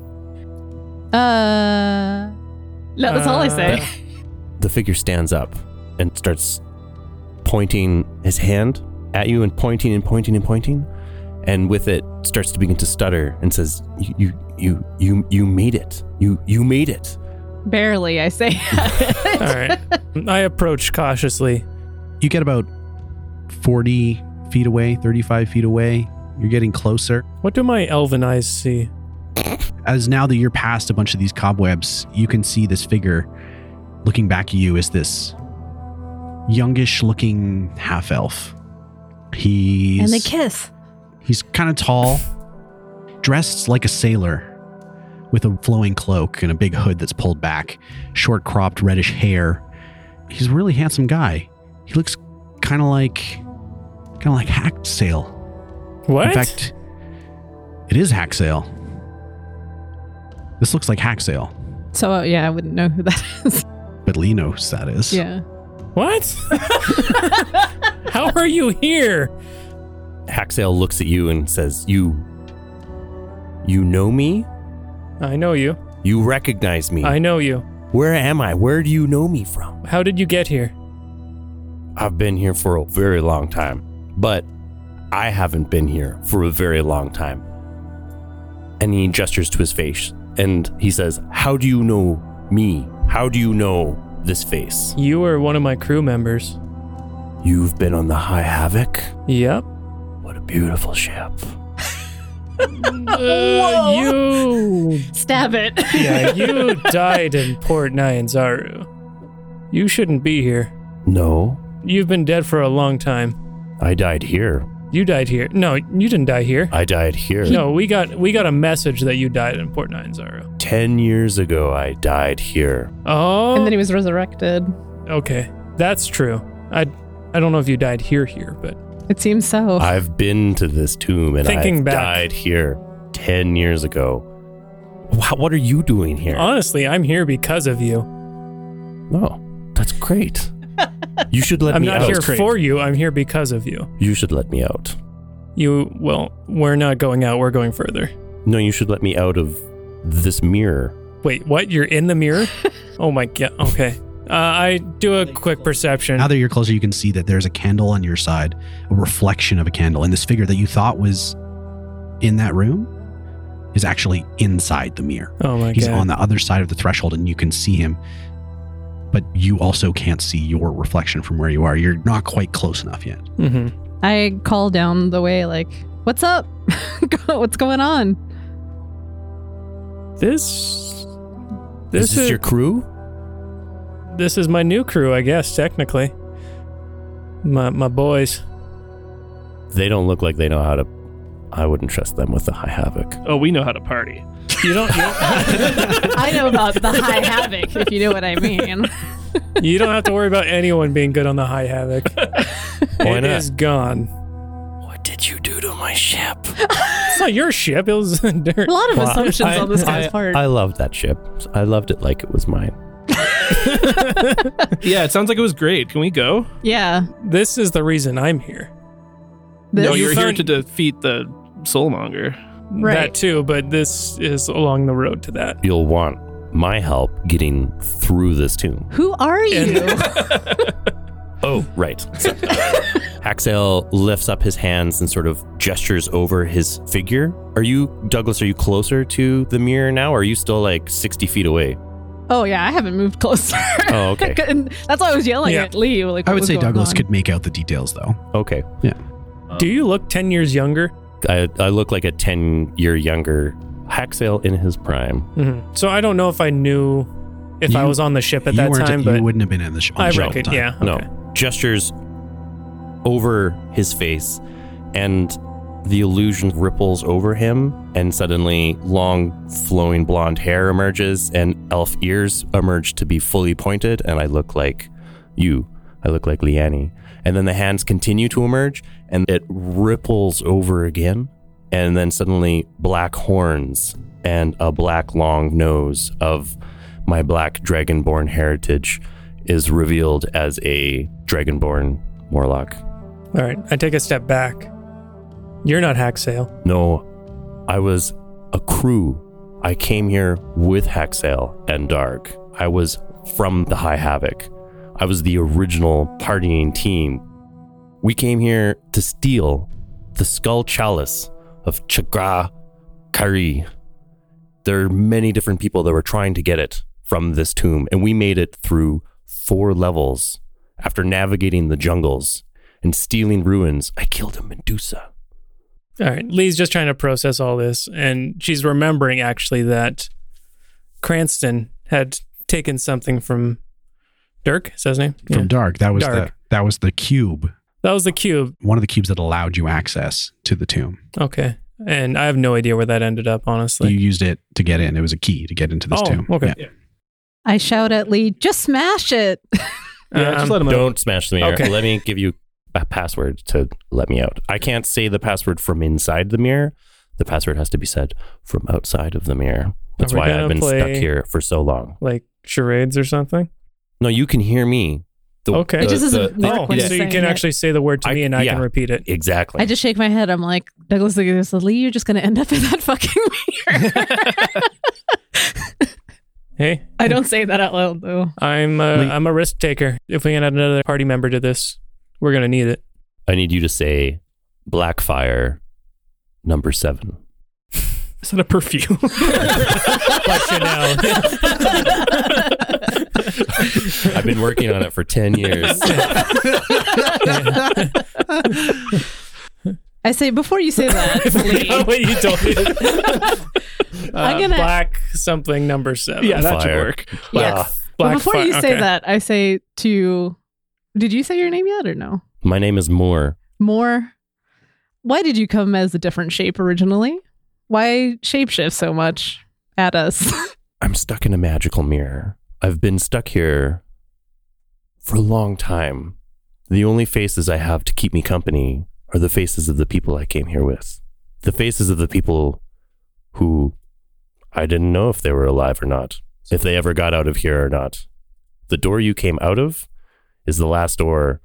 [SPEAKER 2] uh no, that's all I say.
[SPEAKER 4] Uh,
[SPEAKER 5] The figure stands up and starts pointing his hand at you and pointing and pointing and pointing, and with it starts to begin to stutter and says, "You, you, you, you, you made it. You, you made it."
[SPEAKER 2] Barely, I say.
[SPEAKER 4] Uh, All right. I approach cautiously.
[SPEAKER 1] You get about 40 feet away, 35 feet away. You're getting closer.
[SPEAKER 4] What do my elven eyes see?
[SPEAKER 1] As now that you're past a bunch of these cobwebs, you can see this figure looking back at you as this youngish looking half elf. He's
[SPEAKER 2] and they kiss.
[SPEAKER 1] He's kind of tall, dressed like a sailor, with a flowing cloak and a big hood that's pulled back, short cropped reddish hair. He's a really handsome guy. He looks kind of like kind of like Hacksail.
[SPEAKER 4] What?
[SPEAKER 1] In fact, it is Hacksail. This looks like Hacksail,
[SPEAKER 2] So uh, yeah, I wouldn't know who that is.
[SPEAKER 1] but Lee knows that is.
[SPEAKER 2] yeah.
[SPEAKER 4] what? How are you here?
[SPEAKER 5] Haxale looks at you and says, "You, you know me.
[SPEAKER 4] I know you.
[SPEAKER 5] You recognize me.
[SPEAKER 4] I know you.
[SPEAKER 5] Where am I? Where do you know me from?
[SPEAKER 4] How did you get here?
[SPEAKER 5] I've been here for a very long time, but I haven't been here for a very long time. And he gestures to his face and he says, How do you know me? How do you know this face?
[SPEAKER 4] You are one of my crew members.
[SPEAKER 5] You've been on the High Havoc?
[SPEAKER 4] Yep.
[SPEAKER 5] What a beautiful ship.
[SPEAKER 4] Uh, you.
[SPEAKER 2] Stab it.
[SPEAKER 4] Yeah, you died in Port Nyanzaru. You shouldn't be here.
[SPEAKER 5] No,
[SPEAKER 4] You've been dead for a long time.
[SPEAKER 5] I died here.
[SPEAKER 4] You died here. No, you didn't die here.
[SPEAKER 5] I died here.
[SPEAKER 4] No, we got we got a message that you died in Port Nyanzaru.
[SPEAKER 5] Ten years ago, I died here.
[SPEAKER 4] Oh.
[SPEAKER 2] And then he was resurrected.
[SPEAKER 4] okay, that's true. I I don't know if you died here here, but
[SPEAKER 2] It seems so.
[SPEAKER 5] I've been to this tomb and
[SPEAKER 4] Thinking
[SPEAKER 5] I've
[SPEAKER 4] back.
[SPEAKER 5] died here 10 years ago. Wha what are you doing here?
[SPEAKER 4] honestly, I'm here because of you.
[SPEAKER 5] no, that's great. you should let
[SPEAKER 4] I'm
[SPEAKER 5] me
[SPEAKER 4] not
[SPEAKER 5] out.
[SPEAKER 4] here for you. I'm here because of you.
[SPEAKER 5] you should let me out.
[SPEAKER 4] You well, we're not going out. We're going further.
[SPEAKER 5] No, you should let me out of this mirror.
[SPEAKER 4] Wait, what? You're in the mirror? oh my god. Okay. Uh, I do a quick perception.
[SPEAKER 1] Now that you're closer, you can see that there's a candle on your side, a reflection of a candle, and this figure that you thought was in that room is actually inside the mirror.
[SPEAKER 4] Oh my
[SPEAKER 1] He's
[SPEAKER 4] god.
[SPEAKER 1] on the other side of the threshold, and you can see him, but you also can't see your reflection from where you are. You're not quite close enough yet.
[SPEAKER 4] hmm
[SPEAKER 2] I call down the way, like, what's up? Go- what's going on?
[SPEAKER 4] This.
[SPEAKER 5] Is this your crew?
[SPEAKER 4] this is my new crew, I guess, technically. My my boys.
[SPEAKER 5] They don't look like they know how to. I wouldn't trust them with the high havoc.
[SPEAKER 3] Oh, we know how to party.
[SPEAKER 4] You don't you don't,
[SPEAKER 2] I know about the high havoc, if you know what I mean.
[SPEAKER 4] you don't have to worry about anyone being good on the high havoc.
[SPEAKER 5] Why
[SPEAKER 4] It
[SPEAKER 5] not?
[SPEAKER 4] is gone.
[SPEAKER 5] What did you do to my ship?
[SPEAKER 4] It's not your ship. It was dirt.
[SPEAKER 2] A lot of
[SPEAKER 5] Well,
[SPEAKER 2] assumptions
[SPEAKER 5] I-
[SPEAKER 2] on this guy's
[SPEAKER 5] I-
[SPEAKER 2] part.
[SPEAKER 5] I loved that ship. I loved it like it was mine.
[SPEAKER 3] Yeah, it sounds like it was great. Can we go?
[SPEAKER 2] yeah.
[SPEAKER 4] This is the reason I'm here.
[SPEAKER 2] This,
[SPEAKER 3] no,
[SPEAKER 4] you
[SPEAKER 3] you're here
[SPEAKER 4] found-
[SPEAKER 3] to defeat the soulmonger.
[SPEAKER 2] Right.
[SPEAKER 4] That too, but this is along the road to that.
[SPEAKER 5] You'll want my help getting through this tomb.
[SPEAKER 2] who are you?
[SPEAKER 5] Oh, right. uh, Haxel lifts up his hands and sort of gestures over his figure. Are you, Douglas, are you closer to the mirror now? Or are you still like 60 feet away?
[SPEAKER 2] oh, yeah, I haven't moved closer.
[SPEAKER 5] Oh, okay.
[SPEAKER 2] And That's why I was yelling
[SPEAKER 4] Yeah.
[SPEAKER 2] at Lee. Like,
[SPEAKER 1] I
[SPEAKER 2] what
[SPEAKER 1] would
[SPEAKER 2] was
[SPEAKER 1] say
[SPEAKER 2] going
[SPEAKER 1] Douglas
[SPEAKER 2] on?
[SPEAKER 1] could make out the details, though.
[SPEAKER 5] Okay.
[SPEAKER 4] Do
[SPEAKER 5] Um,
[SPEAKER 4] you look 10 years younger?
[SPEAKER 5] I, I look like a 10 year younger Haxel in his prime.
[SPEAKER 4] Mm-hmm. So I don't know if I knew if I
[SPEAKER 1] You-
[SPEAKER 4] was on the ship at
[SPEAKER 1] you
[SPEAKER 4] that
[SPEAKER 1] weren't-
[SPEAKER 4] time,
[SPEAKER 1] you
[SPEAKER 4] but
[SPEAKER 1] wouldn't have been in the show.
[SPEAKER 4] I reckon, yeah. okay.
[SPEAKER 5] No. Gestures over his face and the illusion ripples over him and suddenly long flowing blonde hair emerges and elf ears emerge to be fully pointed and I look like you. I look like Liani. And then the hands continue to emerge and it ripples over again and then suddenly black horns and a black long nose of my black dragonborn heritage is revealed as a dragonborn warlock.
[SPEAKER 4] All right, I take a step back. You're not Hacksail.
[SPEAKER 5] No, I was a crew. I came here with Haxale and Dark. I was from the High Havoc. I was the original partying team. We came here to steal the skull chalice of Chagra Kari. There are many different people that were trying to get it from this tomb, and we made it through four levels after navigating the jungles and stealing ruins. I killed a Medusa.
[SPEAKER 4] All right, Lee's just trying to process all this, and she's remembering actually that Cranston had taken something from Dirk. Is that his name?
[SPEAKER 1] From
[SPEAKER 4] Yeah.
[SPEAKER 1] Dark, that was the
[SPEAKER 4] Dark.
[SPEAKER 1] that was the cube,
[SPEAKER 4] That was the cube.
[SPEAKER 1] one of the cubes that allowed you access to the tomb.
[SPEAKER 4] Okay, and I have no idea where that ended up, honestly.
[SPEAKER 1] you used it to get in. It was a key to get into this
[SPEAKER 4] Oh,
[SPEAKER 1] tomb.
[SPEAKER 4] okay.
[SPEAKER 1] Yeah.
[SPEAKER 2] I shout at Lee, just smash it.
[SPEAKER 3] Yeah, just
[SPEAKER 4] Um,
[SPEAKER 3] let him out.
[SPEAKER 5] Don't smash the mirror.
[SPEAKER 4] Okay.
[SPEAKER 5] Let me give you a password to let me out. I can't say the password from inside the mirror. The password has to be said from outside of the mirror. That's
[SPEAKER 4] we
[SPEAKER 5] why
[SPEAKER 4] gonna
[SPEAKER 5] I've been stuck
[SPEAKER 4] play-
[SPEAKER 5] here for so long.
[SPEAKER 4] like charades or something.
[SPEAKER 5] No, you can hear me. The-
[SPEAKER 4] Okay. It
[SPEAKER 2] just doesn't work
[SPEAKER 4] Oh,
[SPEAKER 2] when
[SPEAKER 5] yeah.
[SPEAKER 4] so you
[SPEAKER 2] saying
[SPEAKER 4] can
[SPEAKER 2] it.
[SPEAKER 4] actually say the word to
[SPEAKER 5] I-
[SPEAKER 4] me, and I
[SPEAKER 5] yeah.
[SPEAKER 4] can repeat it.
[SPEAKER 5] exactly.
[SPEAKER 2] I just shake my head. I'm like, Douglas, look at this. Lee, you're just going to end up in that fucking mirror.
[SPEAKER 4] Hey,
[SPEAKER 2] I don't say that out loud, though.
[SPEAKER 4] I'm a,
[SPEAKER 1] Lee-
[SPEAKER 4] I'm a risk taker. If we can add another party member to this, We're gonna need it.
[SPEAKER 5] I need you to say Blackfire number seven.
[SPEAKER 3] Is that a perfume?
[SPEAKER 4] But you know,
[SPEAKER 5] I've been working on it for 10 years.
[SPEAKER 2] I say before you say that, Lee,
[SPEAKER 4] not what you told me.
[SPEAKER 2] I'm
[SPEAKER 4] Uh,
[SPEAKER 2] gonna-
[SPEAKER 4] black something number seven.
[SPEAKER 3] yeah, that should
[SPEAKER 5] Fire.
[SPEAKER 3] work.
[SPEAKER 2] yes. But
[SPEAKER 4] Black
[SPEAKER 2] before
[SPEAKER 4] fi-
[SPEAKER 2] you say
[SPEAKER 4] okay.
[SPEAKER 2] that, I say to. Did you say your name yet or no?
[SPEAKER 5] My name is Moore.
[SPEAKER 2] More. Why did you come as a different shape originally? Why shapeshift so much at us?
[SPEAKER 5] I'm stuck in a magical mirror. I've been stuck here for a long time. The only faces I have to keep me company are the faces of the people I came here with. The faces of the people who I didn't know if they were alive or not, if they ever got out of here or not. The door you came out of is the last door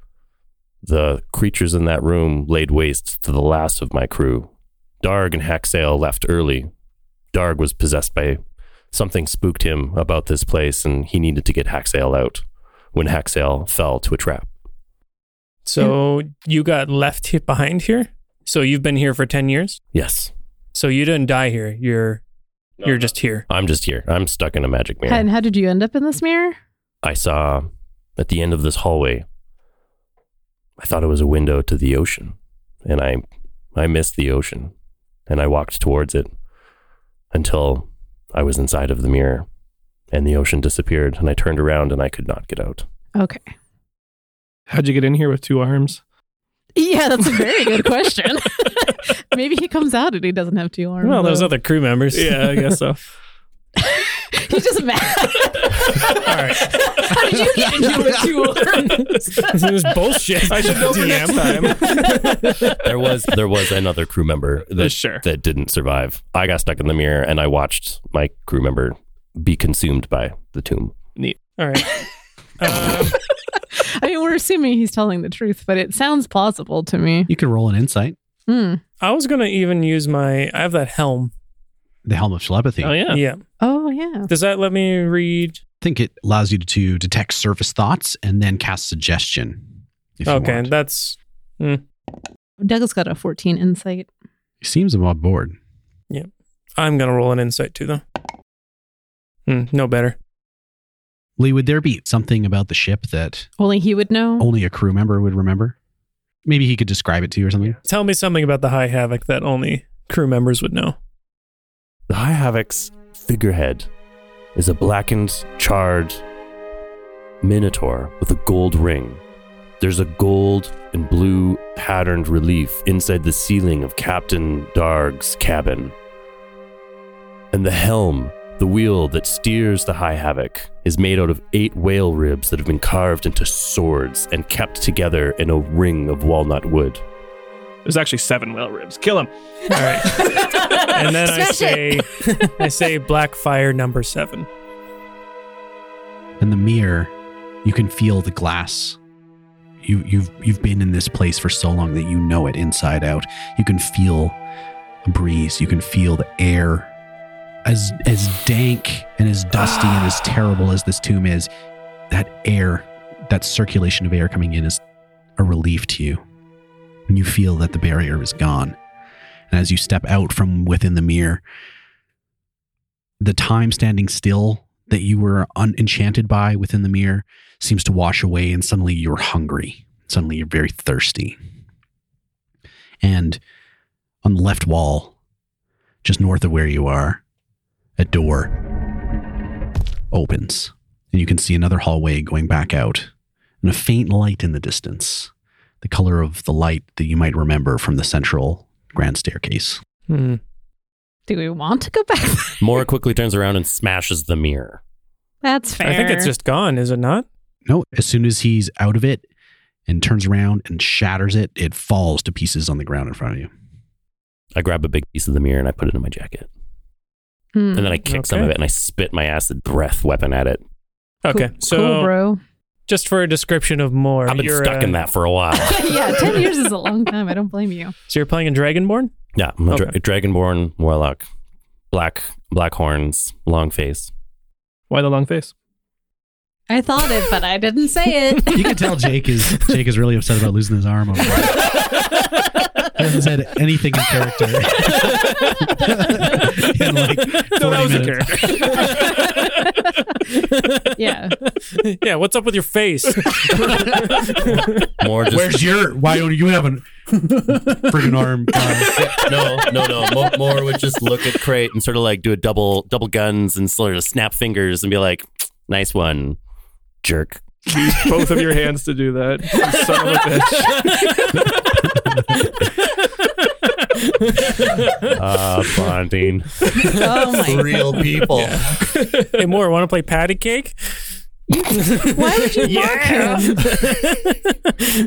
[SPEAKER 5] the creatures in that room laid waste to the last of my crew. Darg and Haxale left early. Darg was possessed by Something spooked him about this place, and he needed to get Haxale out when Haxale fell to a trap.
[SPEAKER 4] So you got left hit behind here. So you've been here for ten years.
[SPEAKER 5] Yes,
[SPEAKER 4] So you didn't die here. You're you're just here.
[SPEAKER 5] I'm just here. I'm stuck in a magic mirror.
[SPEAKER 2] And how did you end up in this mirror?
[SPEAKER 5] I saw at the end of this hallway, I thought it was a window to the ocean, and I, I missed the ocean, and I walked towards it until I was inside of the mirror, and the ocean disappeared, and I turned around and I could not get out.
[SPEAKER 2] Okay.
[SPEAKER 3] How'd you get in here with two arms?
[SPEAKER 2] Yeah, that's a very good question. Maybe he comes out and he doesn't have two arms.
[SPEAKER 4] Well, those
[SPEAKER 2] though.
[SPEAKER 4] other crew members.
[SPEAKER 3] Yeah, I guess so.
[SPEAKER 2] He's just mad.
[SPEAKER 4] All right.
[SPEAKER 2] How did you get into it two arms?
[SPEAKER 4] this is bullshit.
[SPEAKER 3] I should know for next time.
[SPEAKER 5] there was there was another crew member that
[SPEAKER 3] sure.
[SPEAKER 5] that didn't survive. I got stuck in the mirror and I watched my crew member be consumed by the tomb.
[SPEAKER 4] All right. Um,
[SPEAKER 2] I mean, we're assuming he's telling the truth, but it sounds plausible to me.
[SPEAKER 1] You could roll an insight.
[SPEAKER 2] Hmm.
[SPEAKER 4] I was gonna even use my. I have that helm.
[SPEAKER 1] The Helm of Telepathy.
[SPEAKER 3] Oh
[SPEAKER 1] I
[SPEAKER 3] yeah.
[SPEAKER 4] Yeah.
[SPEAKER 2] Oh yeah.
[SPEAKER 4] Does that let me read?
[SPEAKER 1] think it allows you to detect surface thoughts and then cast suggestion. If You
[SPEAKER 4] Okay,
[SPEAKER 1] want.
[SPEAKER 4] that's mm,
[SPEAKER 2] Douglas got a 14 insight.
[SPEAKER 1] He seems above board.
[SPEAKER 4] I'm gonna roll an insight too, though. Hmm, no better.
[SPEAKER 1] Lee, would there be something about the ship that
[SPEAKER 2] Only he would
[SPEAKER 4] Oh.
[SPEAKER 2] know.
[SPEAKER 1] only a crew member would remember? Maybe he could describe it to you or something.
[SPEAKER 4] Tell me something about the High Havoc that only crew members would know.
[SPEAKER 5] The High Havoc's figurehead is a blackened, charred minotaur with a gold ring. There's a gold and blue patterned relief inside the ceiling of Captain Darg's cabin. And the helm, the wheel that steers the High Havoc, is made out of eight whale ribs that have been carved into swords and kept together in a ring of walnut wood.
[SPEAKER 3] There's actually seven whale ribs. Kill him.
[SPEAKER 4] All right, and then I
[SPEAKER 2] Smash it.
[SPEAKER 4] say, I say Black Fire number seven.
[SPEAKER 1] In the mirror, you can feel the glass. You, you've you've been in this place for so long that you know it inside out. You can feel a breeze. You can feel the air. As as dank and as dusty and as terrible as this tomb is, that air, that circulation of air coming in is a relief to you. And you feel that the barrier is gone. And as you step out from within the mirror, the time standing still that you were un- enchanted by within the mirror seems to wash away and suddenly you're hungry suddenly you're very thirsty and on the left wall just north of where you are a door opens and you can see another hallway going back out and a faint light in the distance the color of the light that you might remember from the central grand staircase
[SPEAKER 4] Hmm.
[SPEAKER 2] Do we want to go back?
[SPEAKER 5] Mora quickly turns around and smashes the mirror.
[SPEAKER 2] That's fair.
[SPEAKER 4] I think it's just gone, is it not?
[SPEAKER 1] No, as soon as he's out of it and turns around and shatters it, it falls to pieces on the ground in front of you.
[SPEAKER 5] I grab a big piece of the mirror and I put it in my jacket.
[SPEAKER 2] Hmm.
[SPEAKER 5] And then I kick some
[SPEAKER 4] Mm, Okay.
[SPEAKER 5] of it and I spit my acid breath weapon at it.
[SPEAKER 4] Okay,
[SPEAKER 2] Cool-
[SPEAKER 4] so
[SPEAKER 2] cool, bro.
[SPEAKER 4] just for a description of more,
[SPEAKER 5] I've been
[SPEAKER 4] you're
[SPEAKER 5] stuck
[SPEAKER 4] uh,
[SPEAKER 5] in that for a while.
[SPEAKER 2] yeah, 10 years is a long time. I don't blame you.
[SPEAKER 4] So you're playing in Dragonborn.
[SPEAKER 5] yeah, I'm a dra-
[SPEAKER 4] Okay.
[SPEAKER 5] dragonborn warlock, black black horns, long face.
[SPEAKER 3] Why the long face?
[SPEAKER 2] I thought it, but I didn't say it.
[SPEAKER 1] You can tell Jake is Jake is really upset about losing his arm. Over there. he hasn't said anything in character. in like 40
[SPEAKER 3] that was a
[SPEAKER 1] minutes.
[SPEAKER 3] character.
[SPEAKER 2] yeah.
[SPEAKER 4] yeah, what's up with your face?
[SPEAKER 5] More just
[SPEAKER 1] Where's your? Why don't you have a freaking arm? Uh,
[SPEAKER 5] no, no, no. Mo- More would just look at crate and sort of like do a double double guns and sort of snap fingers and be like, "Nice one, jerk."
[SPEAKER 3] Use both of your hands to do that. you Son of a bitch.
[SPEAKER 5] Uh, bonding.
[SPEAKER 2] Oh my.
[SPEAKER 5] Real people.
[SPEAKER 4] hey, Moore, want to play patty cake?
[SPEAKER 2] Why would you mock him?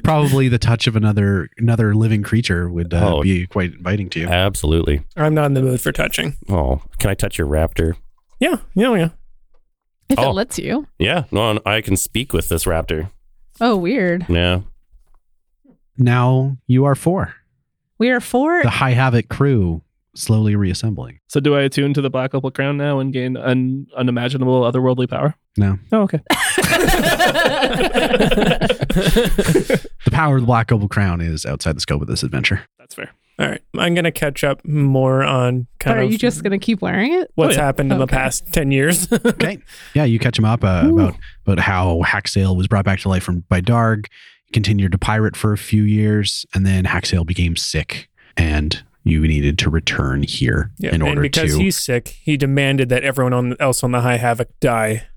[SPEAKER 1] probably the touch of another another living creature would uh,
[SPEAKER 5] Oh.
[SPEAKER 1] be quite inviting to you.
[SPEAKER 5] Absolutely.
[SPEAKER 4] I'm not in the mood for touching.
[SPEAKER 5] Oh, can I touch your raptor?
[SPEAKER 4] Yeah, yeah, yeah.
[SPEAKER 2] If
[SPEAKER 5] Oh.
[SPEAKER 2] it lets you.
[SPEAKER 5] Yeah, no, I can speak with this raptor.
[SPEAKER 2] Oh, weird.
[SPEAKER 5] Yeah.
[SPEAKER 1] Now you are four.
[SPEAKER 2] We are four.
[SPEAKER 1] The High Havoc crew slowly reassembling.
[SPEAKER 3] So do I attune to the Black Opal Crown now and gain un- unimaginable otherworldly power?
[SPEAKER 1] No.
[SPEAKER 3] Oh, okay.
[SPEAKER 1] The power of the Black Oval Crown is outside the scope of this adventure.
[SPEAKER 3] That's fair.
[SPEAKER 4] All right, I'm gonna catch up more on
[SPEAKER 2] But
[SPEAKER 4] kind
[SPEAKER 2] are
[SPEAKER 4] of
[SPEAKER 2] you just gonna keep wearing it?
[SPEAKER 4] what's
[SPEAKER 3] Oh, yeah.
[SPEAKER 4] happened in the
[SPEAKER 2] Okay.
[SPEAKER 4] past ten years.
[SPEAKER 1] Okay. yeah, you catch him up uh, about about how Haxale was brought back to life from by Darg, continued to pirate for a few years, and then Haxale became sick, and you needed to return here in
[SPEAKER 4] and
[SPEAKER 1] order
[SPEAKER 4] because
[SPEAKER 1] to.
[SPEAKER 4] he's sick, he demanded that everyone on, else on the High Havoc die.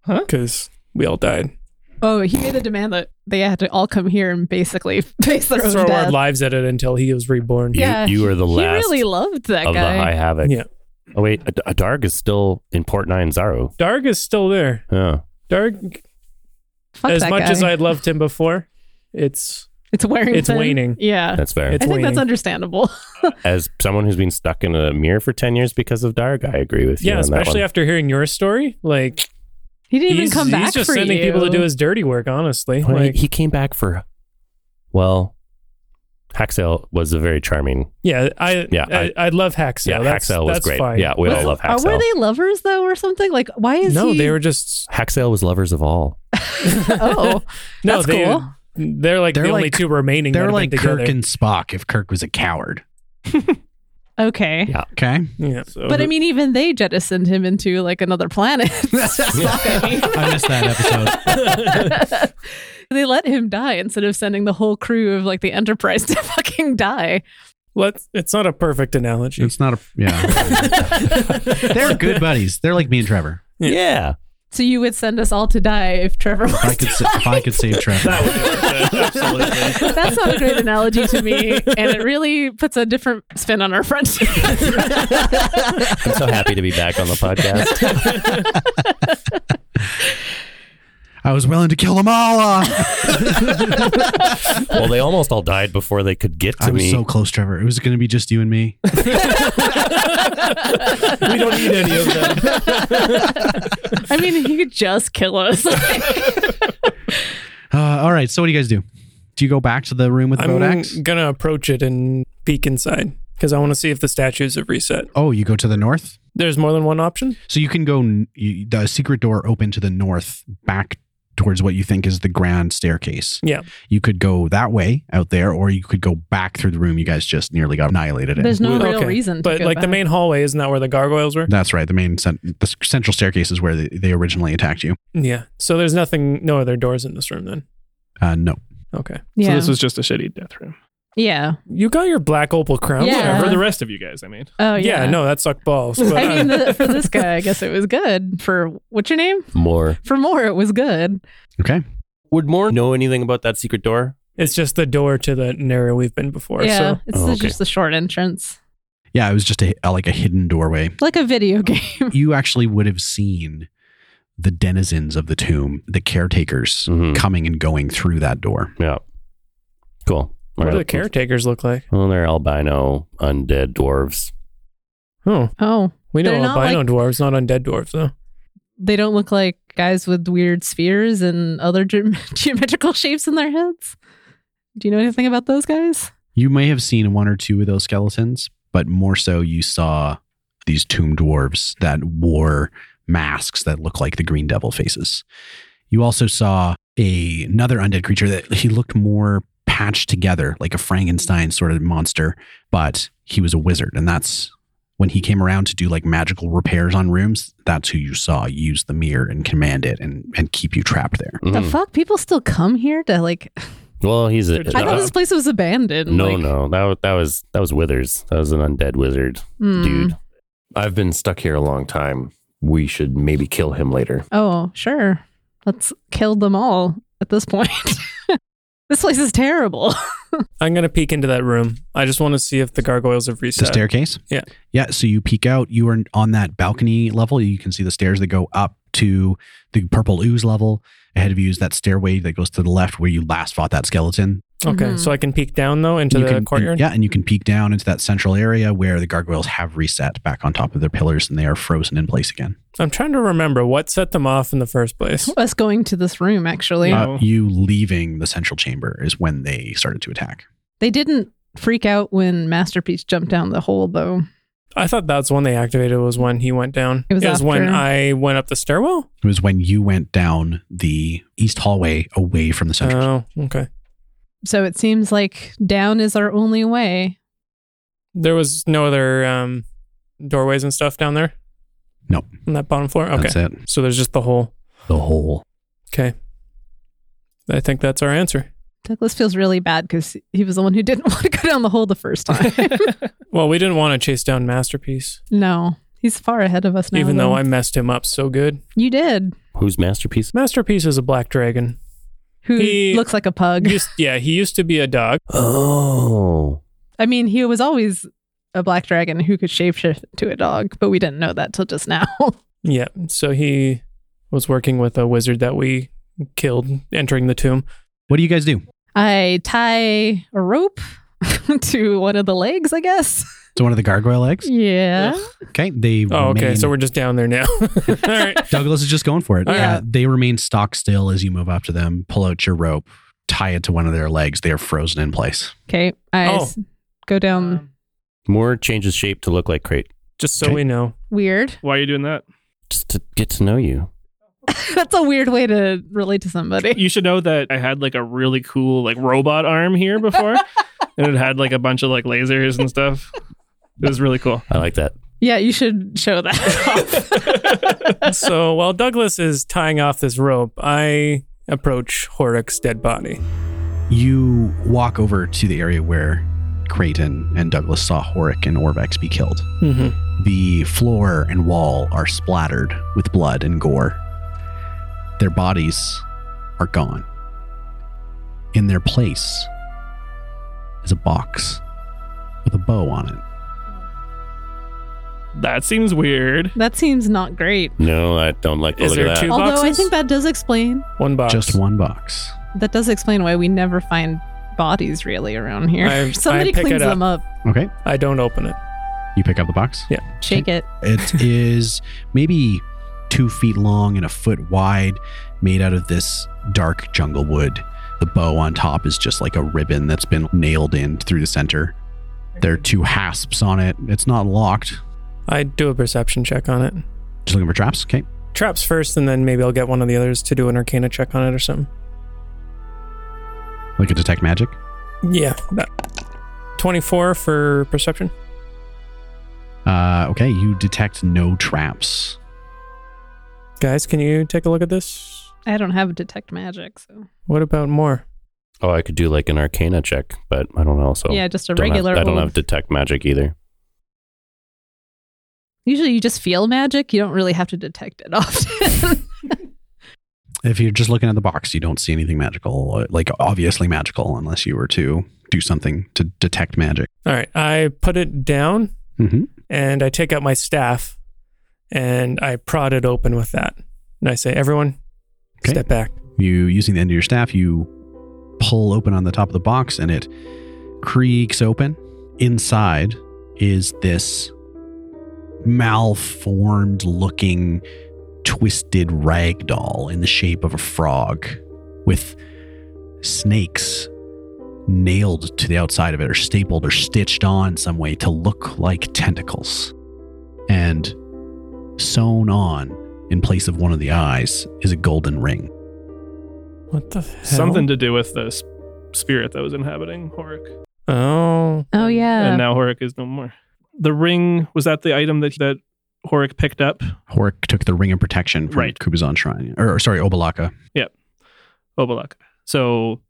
[SPEAKER 3] Huh?
[SPEAKER 4] Because we all died.
[SPEAKER 2] Oh, he made a demand that they had to all come here and basically face their own
[SPEAKER 4] Throw our
[SPEAKER 2] death.
[SPEAKER 4] lives at it until he was reborn.
[SPEAKER 5] You-
[SPEAKER 2] Yeah,
[SPEAKER 5] you are the
[SPEAKER 2] he
[SPEAKER 5] last
[SPEAKER 2] really loved that
[SPEAKER 5] of the High
[SPEAKER 2] guy.
[SPEAKER 5] Havoc.
[SPEAKER 4] Yeah.
[SPEAKER 5] Oh wait, a, a Darg is still in Port Nine Zaro.
[SPEAKER 4] Darg is still there.
[SPEAKER 5] Yeah.
[SPEAKER 4] Darg,
[SPEAKER 2] Fuck
[SPEAKER 4] as
[SPEAKER 2] that
[SPEAKER 4] much
[SPEAKER 2] guy.
[SPEAKER 4] as I loved him before, it's
[SPEAKER 2] it's wearing.
[SPEAKER 4] it's
[SPEAKER 2] thin.
[SPEAKER 4] waning.
[SPEAKER 2] Yeah,
[SPEAKER 5] That's fair.
[SPEAKER 4] It's
[SPEAKER 2] I think that's
[SPEAKER 4] waning.
[SPEAKER 2] understandable.
[SPEAKER 5] As someone who's been stuck in a mirror for ten years because of Darg, I agree with you.
[SPEAKER 4] yeah,
[SPEAKER 5] on that
[SPEAKER 4] especially
[SPEAKER 5] one.
[SPEAKER 4] after hearing your story. Like
[SPEAKER 2] He didn't even
[SPEAKER 4] he's,
[SPEAKER 2] come
[SPEAKER 4] he's
[SPEAKER 2] back
[SPEAKER 4] just
[SPEAKER 2] for
[SPEAKER 4] sending
[SPEAKER 2] you.
[SPEAKER 4] people to do his dirty work. Honestly,
[SPEAKER 5] Well, he-
[SPEAKER 4] like
[SPEAKER 5] he came back for. Well, Haxel was a very charming.
[SPEAKER 4] yeah, I
[SPEAKER 5] Yeah,
[SPEAKER 4] I, I, love Haxel.
[SPEAKER 5] yeah,
[SPEAKER 4] that's,
[SPEAKER 5] Haxel was
[SPEAKER 4] that's
[SPEAKER 5] great.
[SPEAKER 4] Fine.
[SPEAKER 5] Yeah, we all
[SPEAKER 2] Was-
[SPEAKER 5] love
[SPEAKER 2] Are, were
[SPEAKER 5] Haxel.
[SPEAKER 2] they lovers though, or something? Like, why is
[SPEAKER 4] no,
[SPEAKER 2] he?
[SPEAKER 4] they were just
[SPEAKER 5] Haxel was lovers of all.
[SPEAKER 2] oh,
[SPEAKER 4] no.
[SPEAKER 2] That's
[SPEAKER 4] they
[SPEAKER 2] cool.
[SPEAKER 4] they're like
[SPEAKER 1] They're
[SPEAKER 4] the only
[SPEAKER 1] like-
[SPEAKER 4] two remaining. that
[SPEAKER 1] They're
[SPEAKER 4] have
[SPEAKER 1] like
[SPEAKER 4] been
[SPEAKER 1] Kirk
[SPEAKER 4] together.
[SPEAKER 1] and Spock if Kirk was a coward.
[SPEAKER 2] okay.
[SPEAKER 5] Yeah.
[SPEAKER 1] Okay.
[SPEAKER 4] yeah.
[SPEAKER 3] So
[SPEAKER 2] But I mean, even they jettisoned him into like another planet.
[SPEAKER 1] I missed that episode.
[SPEAKER 2] they let him die instead of sending the whole crew of like the Enterprise to fucking die.
[SPEAKER 4] Let's. It's not a perfect analogy.
[SPEAKER 1] It's not a yeah. They're good buddies. They're like me and Trevor.
[SPEAKER 5] Yeah.
[SPEAKER 2] So you would send us all to die if Trevor
[SPEAKER 1] If I
[SPEAKER 2] was.
[SPEAKER 1] could, sa- if I could save Trevor.
[SPEAKER 3] absolutely.
[SPEAKER 2] That's not a great analogy to me, and it really puts a different spin on our friendship.
[SPEAKER 5] I'm so happy to be back on the podcast.
[SPEAKER 1] I was willing to kill them all. uh,
[SPEAKER 5] well, they almost all died before they could get to
[SPEAKER 1] I was
[SPEAKER 5] me.
[SPEAKER 1] so close, Trevor. It was going to be just you and me.
[SPEAKER 4] we don't need any of them.
[SPEAKER 2] I mean, he could just kill us.
[SPEAKER 1] Uh, all right. So, what do you guys do? Do you go back to the room with the boat
[SPEAKER 4] I'm
[SPEAKER 1] axe?
[SPEAKER 4] gonna approach it and peek inside because I want to see if the statues have reset.
[SPEAKER 1] Oh, you go to the north.
[SPEAKER 4] There's more than one option.
[SPEAKER 1] So you can go. n- You, the secret door open to the north, back towards what you think is the grand staircase.
[SPEAKER 4] Yeah.
[SPEAKER 1] You could go that way out there, or you could go back through the room you guys just nearly got annihilated in.
[SPEAKER 2] There's no real
[SPEAKER 4] Okay.
[SPEAKER 2] reason. To
[SPEAKER 4] But
[SPEAKER 2] go
[SPEAKER 4] like the
[SPEAKER 2] back.
[SPEAKER 4] main hallway, isn't that where the gargoyles were?
[SPEAKER 1] That's right. The main cent- the s- central staircase is where they, they originally attacked you.
[SPEAKER 4] Yeah. So there's nothing, no other doors in this room then.
[SPEAKER 1] Uh, no.
[SPEAKER 4] Okay.
[SPEAKER 2] Yeah.
[SPEAKER 3] So this was just a shitty death room.
[SPEAKER 2] yeah.
[SPEAKER 4] You got your black opal crown.
[SPEAKER 2] Yeah.
[SPEAKER 3] Yeah, for
[SPEAKER 4] Whatever.
[SPEAKER 3] the rest of you guys, I mean.
[SPEAKER 2] Oh
[SPEAKER 4] yeah.
[SPEAKER 2] yeah.
[SPEAKER 4] no, that sucked balls. But
[SPEAKER 2] I mean,
[SPEAKER 4] uh,
[SPEAKER 2] the, for this guy, I guess it was good. For what's your name?
[SPEAKER 5] More.
[SPEAKER 2] For more, it was good.
[SPEAKER 1] Okay.
[SPEAKER 5] Would More know anything about that secret door?
[SPEAKER 4] it's just the door to the an area we've been before.
[SPEAKER 2] yeah,
[SPEAKER 4] So
[SPEAKER 2] it's
[SPEAKER 5] Oh, okay.
[SPEAKER 2] just the short entrance,
[SPEAKER 1] Yeah, it was just a, a like a hidden doorway.
[SPEAKER 2] like a video game.
[SPEAKER 1] You actually would have seen the denizens of the tomb, the caretakers,
[SPEAKER 2] Mm-hmm.
[SPEAKER 5] Mhm.
[SPEAKER 1] coming and going through that door.
[SPEAKER 5] Yeah. Cool.
[SPEAKER 4] what do
[SPEAKER 5] All
[SPEAKER 4] the
[SPEAKER 5] right.
[SPEAKER 4] caretakers look like?
[SPEAKER 5] Well, they're albino undead dwarves.
[SPEAKER 4] Oh,
[SPEAKER 2] Oh,
[SPEAKER 4] we know
[SPEAKER 2] They're not
[SPEAKER 4] albino
[SPEAKER 2] like-
[SPEAKER 4] dwarves, not undead dwarves though.
[SPEAKER 2] they don't look like guys with weird spheres and other ge- geometrical shapes in their heads. Do you know anything about those guys?
[SPEAKER 1] You may have seen one or two of those skeletons, but more so you saw these tomb dwarves that wore masks that look like the green devil faces. You also saw a, another undead creature that he looked more patched together, like a Frankenstein sort of monster, but he was a wizard. And that's when he came around to do like magical repairs on rooms, that's who you saw use the mirror and command it and, and keep you trapped there.
[SPEAKER 2] The
[SPEAKER 5] Mm.
[SPEAKER 2] fuck? People still come here to like.
[SPEAKER 5] Well, he's a.
[SPEAKER 4] They're
[SPEAKER 2] I thought
[SPEAKER 5] uh,
[SPEAKER 2] this place was abandoned.
[SPEAKER 5] no,
[SPEAKER 2] like-
[SPEAKER 5] no, that wa- that was that was Withers. That was an undead wizard
[SPEAKER 2] Hmm.
[SPEAKER 5] dude. I've been stuck here a long time. We should maybe kill him later.
[SPEAKER 2] Oh, sure. Let's kill them all at this point. this place is terrible.
[SPEAKER 4] I'm gonna peek into that room. I just want to see if the gargoyles have
[SPEAKER 1] The
[SPEAKER 4] reset.
[SPEAKER 1] staircase?
[SPEAKER 4] Yeah.
[SPEAKER 1] Yeah. So you peek out, you are on that balcony level. You can see the stairs that go up to the purple ooze level. Ahead of you is that stairway that goes to the left where you last fought that skeleton.
[SPEAKER 4] okay,
[SPEAKER 2] Mhm.
[SPEAKER 4] so I can peek down though into
[SPEAKER 1] you
[SPEAKER 4] the
[SPEAKER 1] can,
[SPEAKER 4] courtyard.
[SPEAKER 1] yeah, and you can peek down into that central area where the gargoyles have reset back on top of their pillars and they are frozen in place again.
[SPEAKER 4] I'm trying to remember what set them off in the first place.
[SPEAKER 2] Us going to this room, actually.
[SPEAKER 3] Yeah.
[SPEAKER 1] Uh,
[SPEAKER 4] oh.
[SPEAKER 1] you leaving the central chamber is when they started to attack.
[SPEAKER 2] They didn't freak out when Masterpiece jumped down the hole, though.
[SPEAKER 4] I thought that's when they activated was when he went down.
[SPEAKER 2] It was
[SPEAKER 4] when
[SPEAKER 2] after.
[SPEAKER 4] I went up the stairwell.
[SPEAKER 1] It was when you went down the east hallway away from the central.
[SPEAKER 4] Oh, okay.
[SPEAKER 2] So it seems like down is our only way.
[SPEAKER 4] There was no other um, doorways and stuff down there.
[SPEAKER 1] Nope.
[SPEAKER 4] On that bottom floor. Okay.
[SPEAKER 1] That's it.
[SPEAKER 4] So there's just the hole.
[SPEAKER 1] The hole.
[SPEAKER 4] Okay. I think that's our answer.
[SPEAKER 2] Douglas feels really bad because he was the one who didn't want to go down the hole the first time.
[SPEAKER 4] Well, we didn't want to chase down Masterpiece,
[SPEAKER 2] no, he's far ahead of us now.
[SPEAKER 4] even though I messed him up so good.
[SPEAKER 2] you did.
[SPEAKER 5] Who's masterpiece?
[SPEAKER 4] Masterpiece is a black dragon.
[SPEAKER 2] Who
[SPEAKER 4] He-
[SPEAKER 2] looks like a pug?
[SPEAKER 4] Used- yeah, he used to be a dog.
[SPEAKER 5] Oh,
[SPEAKER 2] I mean, he was always a black dragon who could shapeshift to a dog, but we didn't know that till just now.
[SPEAKER 4] Yeah, so he was working with a wizard that we killed entering the tomb.
[SPEAKER 1] What do you guys do?
[SPEAKER 2] I tie a rope to one of the legs, I guess.
[SPEAKER 1] To one of the gargoyle legs.
[SPEAKER 2] Yeah.
[SPEAKER 1] Okay, they.
[SPEAKER 4] Oh, okay.
[SPEAKER 1] remain-
[SPEAKER 4] So we're Oh, just down there now. All right.
[SPEAKER 1] Douglas is just going for it.
[SPEAKER 2] Yeah.
[SPEAKER 1] Uh, they remain stock still as you move up to them. Pull out your rope, tie it to one of their legs. They are frozen in place.
[SPEAKER 2] Okay. I
[SPEAKER 4] Oh.
[SPEAKER 2] s- go down
[SPEAKER 4] Uh.
[SPEAKER 3] Um,
[SPEAKER 5] Moore changes shape to look like crate,
[SPEAKER 4] Just so
[SPEAKER 1] Okay.
[SPEAKER 4] we know.
[SPEAKER 2] weird.
[SPEAKER 3] Why are you doing that?
[SPEAKER 5] just to get to know you.
[SPEAKER 2] That's a weird way to relate to somebody.
[SPEAKER 3] You should know that I had like a really cool like robot arm here before, and it had like a bunch of like lasers and stuff. It was really cool.
[SPEAKER 5] I like that.
[SPEAKER 2] Yeah, you should show that.
[SPEAKER 4] So while Douglas is tying off this rope, I approach Horik's dead body.
[SPEAKER 1] You walk over to the area where Creighton and Douglas saw Horik and Orvex be killed.
[SPEAKER 4] Mm-hmm.
[SPEAKER 1] The floor and wall are splattered with blood and gore. Their bodies are gone. In their place is a box with a bow on it.
[SPEAKER 3] That seems weird.
[SPEAKER 2] that seems not great.
[SPEAKER 5] No, I don't like the
[SPEAKER 4] Is
[SPEAKER 5] look
[SPEAKER 4] there
[SPEAKER 5] of that.
[SPEAKER 4] two-
[SPEAKER 2] Although I
[SPEAKER 4] boxes?
[SPEAKER 2] think that does explain
[SPEAKER 4] One box.
[SPEAKER 1] Just one box.
[SPEAKER 2] that does explain why we never find bodies really around here.
[SPEAKER 4] I-
[SPEAKER 2] Somebody
[SPEAKER 4] I pick
[SPEAKER 2] cleans
[SPEAKER 4] it up.
[SPEAKER 2] them up.
[SPEAKER 1] Okay.
[SPEAKER 4] I don't open it.
[SPEAKER 1] You pick up the box.
[SPEAKER 2] Shake it.
[SPEAKER 1] It is maybe two feet long and a foot wide, made out of this dark jungle wood. The bow on top is just like a ribbon that's been nailed in through the center. There are two hasps on it. It's not locked.
[SPEAKER 4] I do a perception check on it.
[SPEAKER 1] Just looking for traps. Okay.
[SPEAKER 4] Traps first, and then maybe I'll get one of the others to do an arcana check on it or something.
[SPEAKER 1] Like a detect magic.
[SPEAKER 4] Yeah. that- 24 for perception.
[SPEAKER 1] Uh, okay. You detect no traps.
[SPEAKER 4] Guys, can you take a look at this?
[SPEAKER 2] I don't have detect magic, so
[SPEAKER 4] What about more?
[SPEAKER 5] Oh, I could do like an arcana check, but I don't know. So
[SPEAKER 2] yeah, just a
[SPEAKER 5] don't have-
[SPEAKER 2] regular.
[SPEAKER 5] I don't
[SPEAKER 2] old-
[SPEAKER 5] have detect magic either.
[SPEAKER 2] Usually, you just feel magic. You don't really have to detect it often.
[SPEAKER 1] If you're just looking at the box, you don't see anything magical, like obviously magical, unless you were to do something to detect magic.
[SPEAKER 4] All right. I put it down
[SPEAKER 1] Mm-hmm.
[SPEAKER 4] and I take out my staff and I prod it open with that. And I say, everyone,
[SPEAKER 1] Okay.
[SPEAKER 4] step back.
[SPEAKER 1] You using the end of your staff, you pull open on the top of the box and it creaks open. Inside is this malformed looking twisted rag doll in the shape of a frog with snakes nailed to the outside of it or stapled or stitched on some way to look like tentacles and sewn on in place of one of the eyes is a golden ring.
[SPEAKER 4] What the hell?
[SPEAKER 3] Something to do with this spirit that was inhabiting Horik.
[SPEAKER 4] Oh,
[SPEAKER 2] Oh yeah.
[SPEAKER 3] and now Horik is no more. The ring was that the item that that Horik picked up.
[SPEAKER 1] Horik took the ring of protection from
[SPEAKER 3] Right.
[SPEAKER 1] Kubazan Shrine, or, or sorry, Obalaka.
[SPEAKER 3] Obalak. So,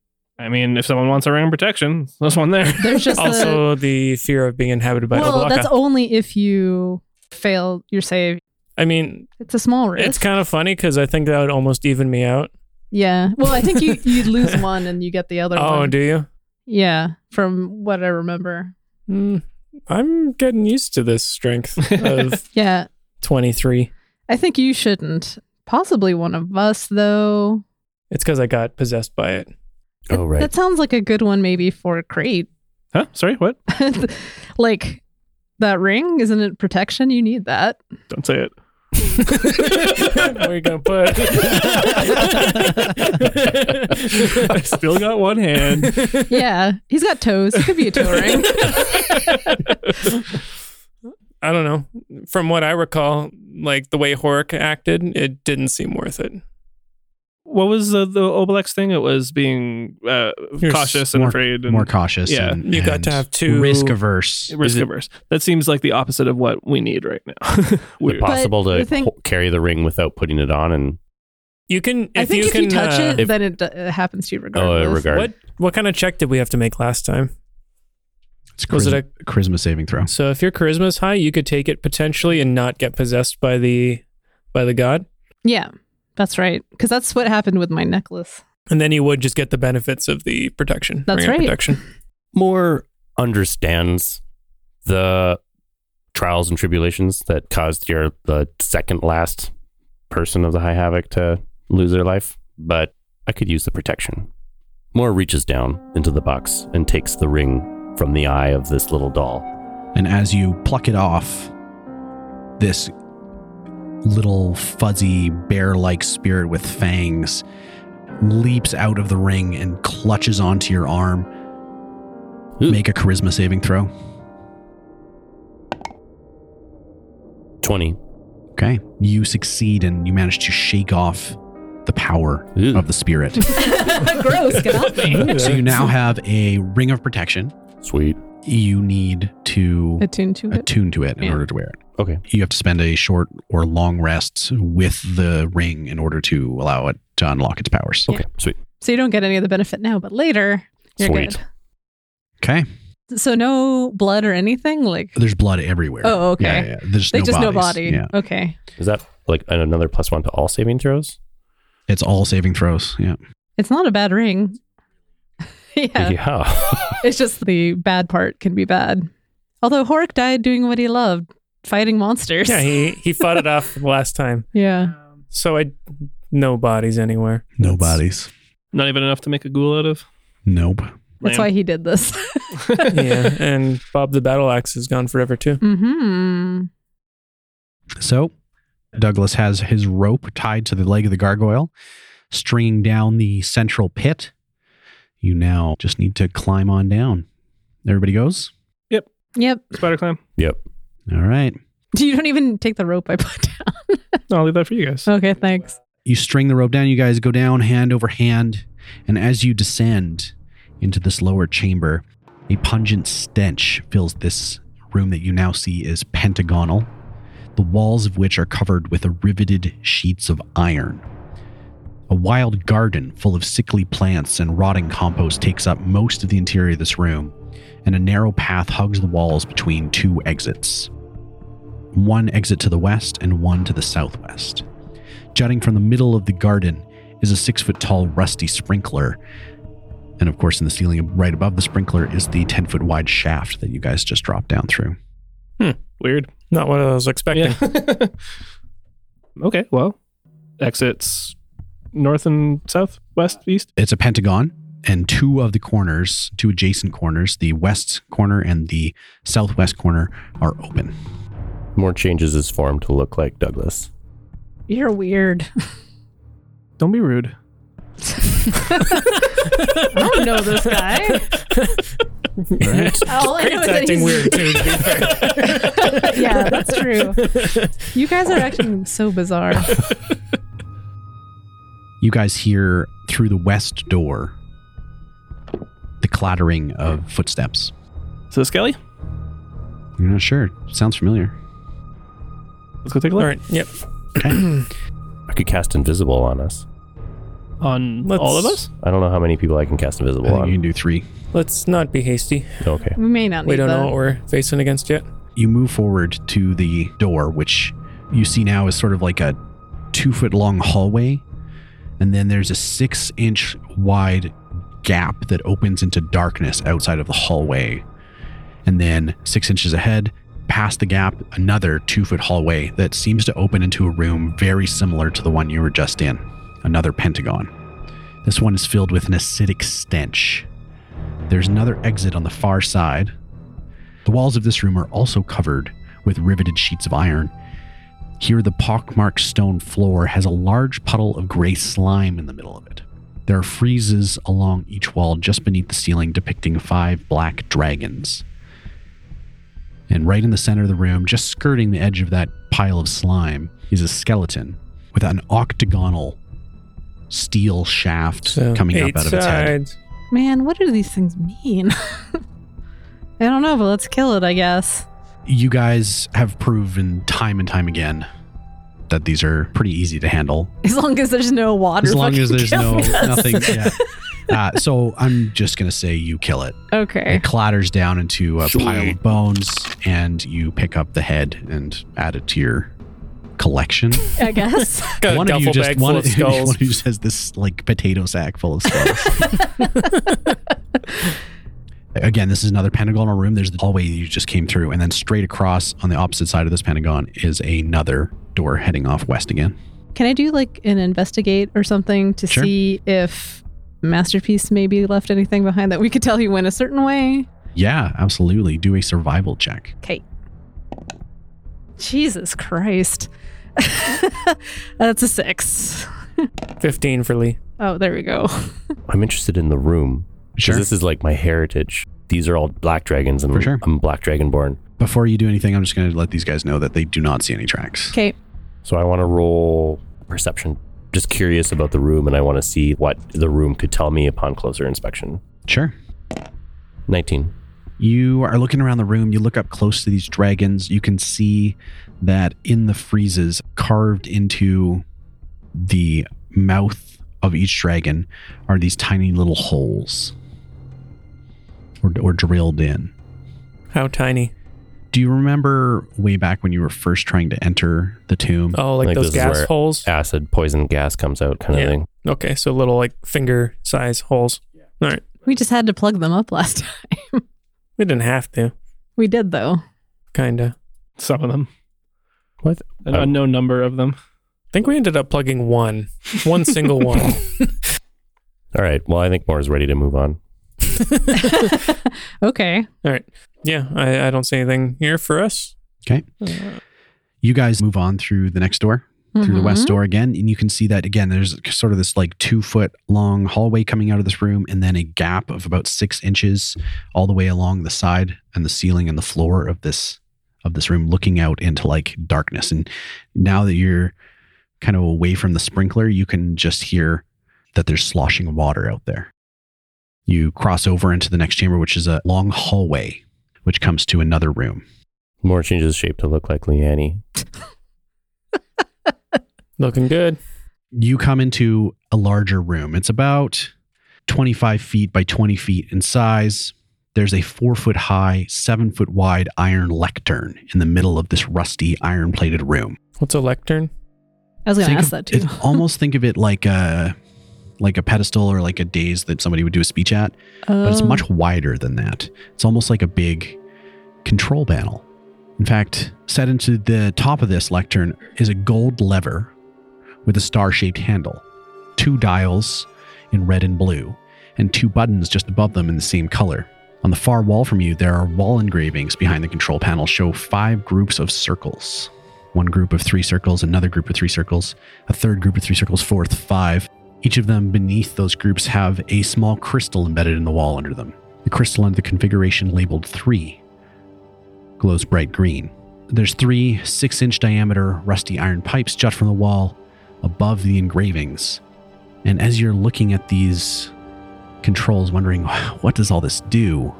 [SPEAKER 3] I mean, if someone wants a ring of protection, there's one there.
[SPEAKER 2] There's just a,
[SPEAKER 4] also the fear of being inhabited by
[SPEAKER 2] well,
[SPEAKER 4] Oblaka.
[SPEAKER 2] that's only if you fail your save.
[SPEAKER 4] I mean,
[SPEAKER 2] It's a small risk.
[SPEAKER 4] it's kind of funny because I think that would almost even me out.
[SPEAKER 2] yeah. Well, I think you you lose one and you get the other one.
[SPEAKER 4] Oh, do you?
[SPEAKER 2] Yeah, from what I remember.
[SPEAKER 4] Mm, I'm getting used to this strength of
[SPEAKER 2] Yeah,
[SPEAKER 4] 23.
[SPEAKER 2] I think you shouldn't. Possibly one of us though.
[SPEAKER 4] It's because I got possessed by it.
[SPEAKER 5] Oh, right.
[SPEAKER 2] That sounds like a good one maybe for a crate.
[SPEAKER 3] huh? Sorry, what?
[SPEAKER 2] like that ring, isn't it protection? You need that.
[SPEAKER 3] Don't say it.
[SPEAKER 4] Where you gonna put?
[SPEAKER 3] I
[SPEAKER 4] it?
[SPEAKER 3] still got one hand.
[SPEAKER 2] Yeah, he's got toes. He could be a toe ring.
[SPEAKER 4] I don't know. From what I recall, like the way Horik acted, it didn't seem worth it.
[SPEAKER 3] What was the, the Obelix thing? It was being uh,
[SPEAKER 4] You're
[SPEAKER 3] cautious and
[SPEAKER 1] more-
[SPEAKER 3] afraid and
[SPEAKER 1] More cautious.
[SPEAKER 3] yeah.
[SPEAKER 1] and,
[SPEAKER 4] You got
[SPEAKER 1] and
[SPEAKER 4] to have two-
[SPEAKER 1] risk averse.
[SPEAKER 3] risk
[SPEAKER 5] it-
[SPEAKER 3] averse. That seems like the opposite of what we need right now.
[SPEAKER 5] Is it
[SPEAKER 3] Weird.
[SPEAKER 5] possible
[SPEAKER 2] But the
[SPEAKER 5] to
[SPEAKER 2] thing-
[SPEAKER 5] ho- carry the ring without putting it on? And
[SPEAKER 4] You can. If
[SPEAKER 2] I think
[SPEAKER 4] you
[SPEAKER 2] if
[SPEAKER 4] can,
[SPEAKER 2] you touch
[SPEAKER 4] uh,
[SPEAKER 2] it, then it, it happens to you regardless.
[SPEAKER 5] oh, regard.
[SPEAKER 4] What what kind of check did we have to make last time?
[SPEAKER 1] It's charisma,
[SPEAKER 4] Was it
[SPEAKER 1] charisma saving throw.
[SPEAKER 4] So if your charisma is high, you could take it potentially and not get possessed by the by the god,
[SPEAKER 2] Yeah, that's right. Because that's what happened with my necklace.
[SPEAKER 4] and then you would just get the benefits of the protection.
[SPEAKER 2] That's
[SPEAKER 4] ring of
[SPEAKER 2] right.
[SPEAKER 4] Protection.
[SPEAKER 5] more understands the trials and tribulations that caused your the second last person of the high havoc to lose their life but i could use the protection more reaches down into the box and takes the ring from the eye of this little doll
[SPEAKER 1] And as you pluck it off, this little fuzzy bear like spirit with fangs leaps out of the ring and clutches onto your arm.
[SPEAKER 5] Ooh.
[SPEAKER 1] Make a charisma saving throw.
[SPEAKER 5] 20
[SPEAKER 1] Okay. You succeed and you manage to shake off the power
[SPEAKER 5] Ooh.
[SPEAKER 1] of the spirit.
[SPEAKER 2] Gross, get off me.
[SPEAKER 1] so you now have a ring of protection.
[SPEAKER 5] sweet
[SPEAKER 1] You need to
[SPEAKER 2] Attuned to it.
[SPEAKER 1] attune to it in
[SPEAKER 2] Yeah.
[SPEAKER 1] order to wear it.
[SPEAKER 5] okay
[SPEAKER 1] You have to spend a short or long rest with the ring in order to allow it to unlock its powers.
[SPEAKER 5] okay sweet
[SPEAKER 2] So you don't get any of the benefit now, but later you're
[SPEAKER 5] Sweet.
[SPEAKER 1] Okay.
[SPEAKER 2] good. So no blood or anything. Like
[SPEAKER 1] There's blood everywhere.
[SPEAKER 2] Oh, okay.
[SPEAKER 1] Yeah, yeah, yeah. There's
[SPEAKER 2] they
[SPEAKER 1] no
[SPEAKER 2] just no
[SPEAKER 1] bodies.
[SPEAKER 2] body.
[SPEAKER 1] Yeah.
[SPEAKER 2] Okay.
[SPEAKER 5] is that like an- another plus one to all saving throws
[SPEAKER 1] It's all saving throws. Yeah.
[SPEAKER 2] It's not a bad ring. yeah, It's just the bad part can be bad. Although Horik died doing what he loved, fighting monsters.
[SPEAKER 4] Yeah, he he fought it off last time,
[SPEAKER 2] yeah.
[SPEAKER 4] so I no bodies anywhere.
[SPEAKER 1] No bodies.
[SPEAKER 3] Not even enough to make a ghoul out of.
[SPEAKER 1] Nope.
[SPEAKER 2] That's why he did this.
[SPEAKER 4] yeah, and Bob the Battle Axe is gone forever too.
[SPEAKER 2] hmm
[SPEAKER 1] So Douglas has his rope tied to the leg of the gargoyle, stringing down the central pit. You now just need to climb on down. Everybody goes?
[SPEAKER 2] Yep.
[SPEAKER 3] Spider climb.
[SPEAKER 5] yep
[SPEAKER 1] All right.
[SPEAKER 2] You don't even take the rope I put down.
[SPEAKER 3] No, I'll leave that for you guys.
[SPEAKER 2] Okay, thanks.
[SPEAKER 1] you string the rope down. You guys go down hand over hand. And as you descend into this lower chamber, a pungent stench fills this room that you now see is pentagonal, the walls of which are covered with riveted sheets of iron. A wild garden full of sickly plants and rotting compost takes up most of the interior of this room, and a narrow path hugs the walls between two exits one exit to the west and one to the southwest. Jutting from the middle of the garden is a six foot tall rusty sprinkler. And of course, in the ceiling right above the sprinkler is the 10 foot wide shaft that you guys just dropped down through.
[SPEAKER 3] Weird.
[SPEAKER 4] Not what I was expecting.
[SPEAKER 3] Yeah. okay. Well, exits north and south, west, east.
[SPEAKER 1] It's a pentagon, and two of the corners, two adjacent corners, the west corner and the southwest corner, are open.
[SPEAKER 5] more changes his form to look like douglas
[SPEAKER 2] You're weird.
[SPEAKER 3] Don't be rude.
[SPEAKER 2] I don't know this guy.
[SPEAKER 5] Right?
[SPEAKER 2] All I know is
[SPEAKER 4] Crate's
[SPEAKER 2] that
[SPEAKER 4] acting
[SPEAKER 2] he's-
[SPEAKER 4] weird too. to be fair.
[SPEAKER 2] yeah, that's true. You guys are acting so bizarre.
[SPEAKER 1] You guys hear through the west door the clattering of footsteps.
[SPEAKER 3] So Skelly,
[SPEAKER 1] You're not sure. Sounds familiar.
[SPEAKER 3] let's go take a
[SPEAKER 4] All
[SPEAKER 3] look
[SPEAKER 4] right. Yep.
[SPEAKER 5] I could cast invisible on us.
[SPEAKER 3] on
[SPEAKER 4] Let's-
[SPEAKER 3] all of us.
[SPEAKER 5] I don't know how many people I can cast invisible
[SPEAKER 1] I think you
[SPEAKER 5] on.
[SPEAKER 1] can do three.
[SPEAKER 4] Let's not be hasty.
[SPEAKER 5] Okay.
[SPEAKER 2] We may not need
[SPEAKER 4] We don't
[SPEAKER 2] that.
[SPEAKER 4] know what we're facing against yet.
[SPEAKER 1] You move forward to the door, which you see now is sort of like a two foot long hallway. And then there's a six inch wide gap that opens into darkness outside of the hallway. And then six inches ahead, past the gap, another two foot hallway that seems to open into a room very similar to the one you were just in another pentagon. This one is filled with an acidic stench. There's another exit on the far side. The walls of this room are also covered with riveted sheets of iron. Here, the pockmarked stone floor has a large puddle of gray slime in the middle of it. There are friezes along each wall just beneath the ceiling depicting five black dragons. And right in the center of the room, just skirting the edge of that pile of slime, is a skeleton with an octagonal steel shaft
[SPEAKER 4] So
[SPEAKER 1] coming up
[SPEAKER 4] eight
[SPEAKER 1] out of its head.
[SPEAKER 4] sides.
[SPEAKER 2] Man, what do these things mean? I don't know, but let's kill it, I guess.
[SPEAKER 1] you guys have proven time and time again that these are pretty easy to handle
[SPEAKER 2] As long as there's no water.
[SPEAKER 1] as long as
[SPEAKER 2] fucking
[SPEAKER 1] there's no
[SPEAKER 2] killing us.
[SPEAKER 1] nothing yeah. uh, so i'm just gonna say you kill it
[SPEAKER 2] Okay.
[SPEAKER 1] it clatters down into a pile of bones and you pick up the head and add it to your collection
[SPEAKER 2] I guess.
[SPEAKER 4] Got a duffel bag full
[SPEAKER 1] one,
[SPEAKER 4] of
[SPEAKER 1] one
[SPEAKER 4] skulls.
[SPEAKER 1] of you just has this like potato sack full of skulls again this is another pentagonal room there's the hallway you just came through and then straight across on the opposite side of this pentagon is another door heading off west again
[SPEAKER 2] Can I do like an investigate or something to
[SPEAKER 1] Sure.
[SPEAKER 2] see if Masterpiece maybe left anything behind that we could tell he went a certain way?
[SPEAKER 1] yeah absolutely do a survival check
[SPEAKER 2] Okay. Jesus Christ. That's a six.
[SPEAKER 4] Fifteen for Lee.
[SPEAKER 2] Oh, there we go.
[SPEAKER 5] I'm interested in the room.
[SPEAKER 1] Sure.
[SPEAKER 5] Because this is like my heritage. These are all black dragons, and
[SPEAKER 1] For sure.
[SPEAKER 5] I'm black dragonborn.
[SPEAKER 1] before you do anything i'm just going to let these guys know that they do not see any tracks
[SPEAKER 2] Okay.
[SPEAKER 5] So I want to roll perception. Just curious about the room, and I want to see what the room could tell me upon closer inspection.
[SPEAKER 1] sure
[SPEAKER 5] 19.
[SPEAKER 1] You are looking around the room. You look up close to these dragons. You can see that in the friezes, carved into the mouth of each dragon, are these tiny little holes or, or drilled in.
[SPEAKER 4] How tiny?
[SPEAKER 1] Do you remember way back when you were first trying to enter the tomb?
[SPEAKER 4] Oh, like
[SPEAKER 5] Like
[SPEAKER 4] those
[SPEAKER 5] this is
[SPEAKER 4] gas
[SPEAKER 5] where-
[SPEAKER 4] holes.
[SPEAKER 5] Acid, poison, gas comes out, kind of
[SPEAKER 4] Yeah.
[SPEAKER 5] thing.
[SPEAKER 4] Okay, so little like finger size holes. All right,
[SPEAKER 2] We just had to plug them up last time.
[SPEAKER 4] we didn't have to.
[SPEAKER 2] We did, though.
[SPEAKER 4] Kinda.
[SPEAKER 3] Some of them.
[SPEAKER 5] What?
[SPEAKER 3] An
[SPEAKER 5] Oh.
[SPEAKER 3] unknown number of them.
[SPEAKER 4] I think we ended up plugging one, one single one.
[SPEAKER 5] All right. Well, I think Moore's ready to move on.
[SPEAKER 2] okay.
[SPEAKER 4] Yeah, I, I don't see anything here for us.
[SPEAKER 1] You guys move on through the next door. through
[SPEAKER 2] Mm-hmm.
[SPEAKER 1] the west door again and you can see that again there's sort of this like two foot long hallway coming out of this room and then a gap of about six inches all the way along the side and the ceiling and the floor of this of this room looking out into like darkness and now that you're kind of away from the sprinkler you can just hear that there's sloshing water out there you cross over into the next chamber which is a long hallway which comes to another room
[SPEAKER 5] Moore changes shape to look like Leanne.
[SPEAKER 4] Looking good.
[SPEAKER 1] you come into a larger room. It's about 25 feet by 20 feet in size. There's a four foot high, seven foot wide iron lectern in the middle of this rusty iron plated room.
[SPEAKER 4] What's a lectern?
[SPEAKER 2] I was going to
[SPEAKER 1] Think
[SPEAKER 2] ask
[SPEAKER 1] of-
[SPEAKER 2] that too.
[SPEAKER 1] it- almost think of it like a like a pedestal or like a dais that somebody would do a speech at, but it's
[SPEAKER 2] Oh.
[SPEAKER 1] much wider than that. It's almost like a big control panel. In fact, set into the top of this lectern is a gold lever with a star shaped handle, two dials in red and blue, and two buttons just above them in the same color. On the far wall from you, there are wall engravings behind the control panel show five groups of circles. One group of three circles, another group of three circles, a third group of three circles, fourth, five.
[SPEAKER 6] Each of them beneath those groups have a small crystal embedded in the wall under them. The crystal under the configuration labeled 3 glows bright green. There's three six inch diameter rusty iron pipes jut from the wall above the engravings. And as you're looking at these controls, wondering, what does all this do?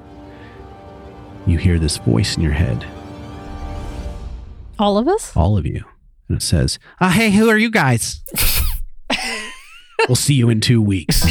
[SPEAKER 6] You hear this voice in your head,
[SPEAKER 2] All of us?
[SPEAKER 6] all of you, and it says, uh, Hey, who are you guys? we'll see you in two weeks.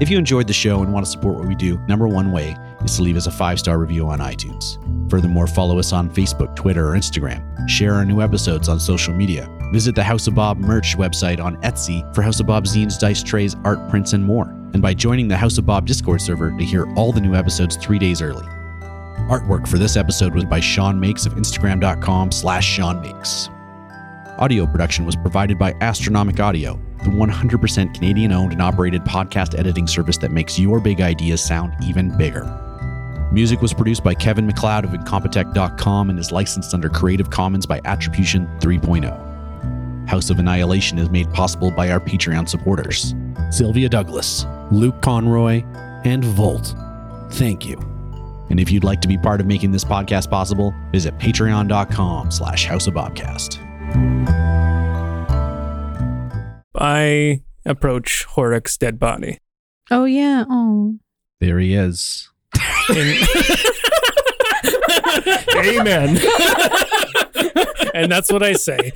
[SPEAKER 1] If you enjoyed the show and want to support what we do, number one way is to leave us a five star review on iTunes. Furthermore, follow us on Facebook, Twitter, or Instagram. Share our new episodes on social media. Visit the House of Bob merch website on Etsy for House of Bob zines, dice trays, art prints, and more. And by joining the House of Bob Discord server to hear all the new episodes three days early. Artwork for this episode was by Sean Makes of Instagram.com slash Sean Makes. Audio production was provided by Astronomic Audio, the 100% Canadian owned and operated podcast editing service that makes your big ideas sound even bigger. Music was produced by Kevin McLeod of Incompetech.com and is licensed under Creative Commons by Attribution 3.0. House of Annihilation is made possible by our Patreon supporters Sylvia Douglas, Luke Conroy, and Volt. Thank you. And if you'd like to be part of making this podcast possible, visit patreon.com slash house of Bobcast.
[SPEAKER 4] I approach Horik's dead body.
[SPEAKER 2] Oh, yeah. Oh.
[SPEAKER 6] There he is.
[SPEAKER 4] In- Amen. and that's what I say.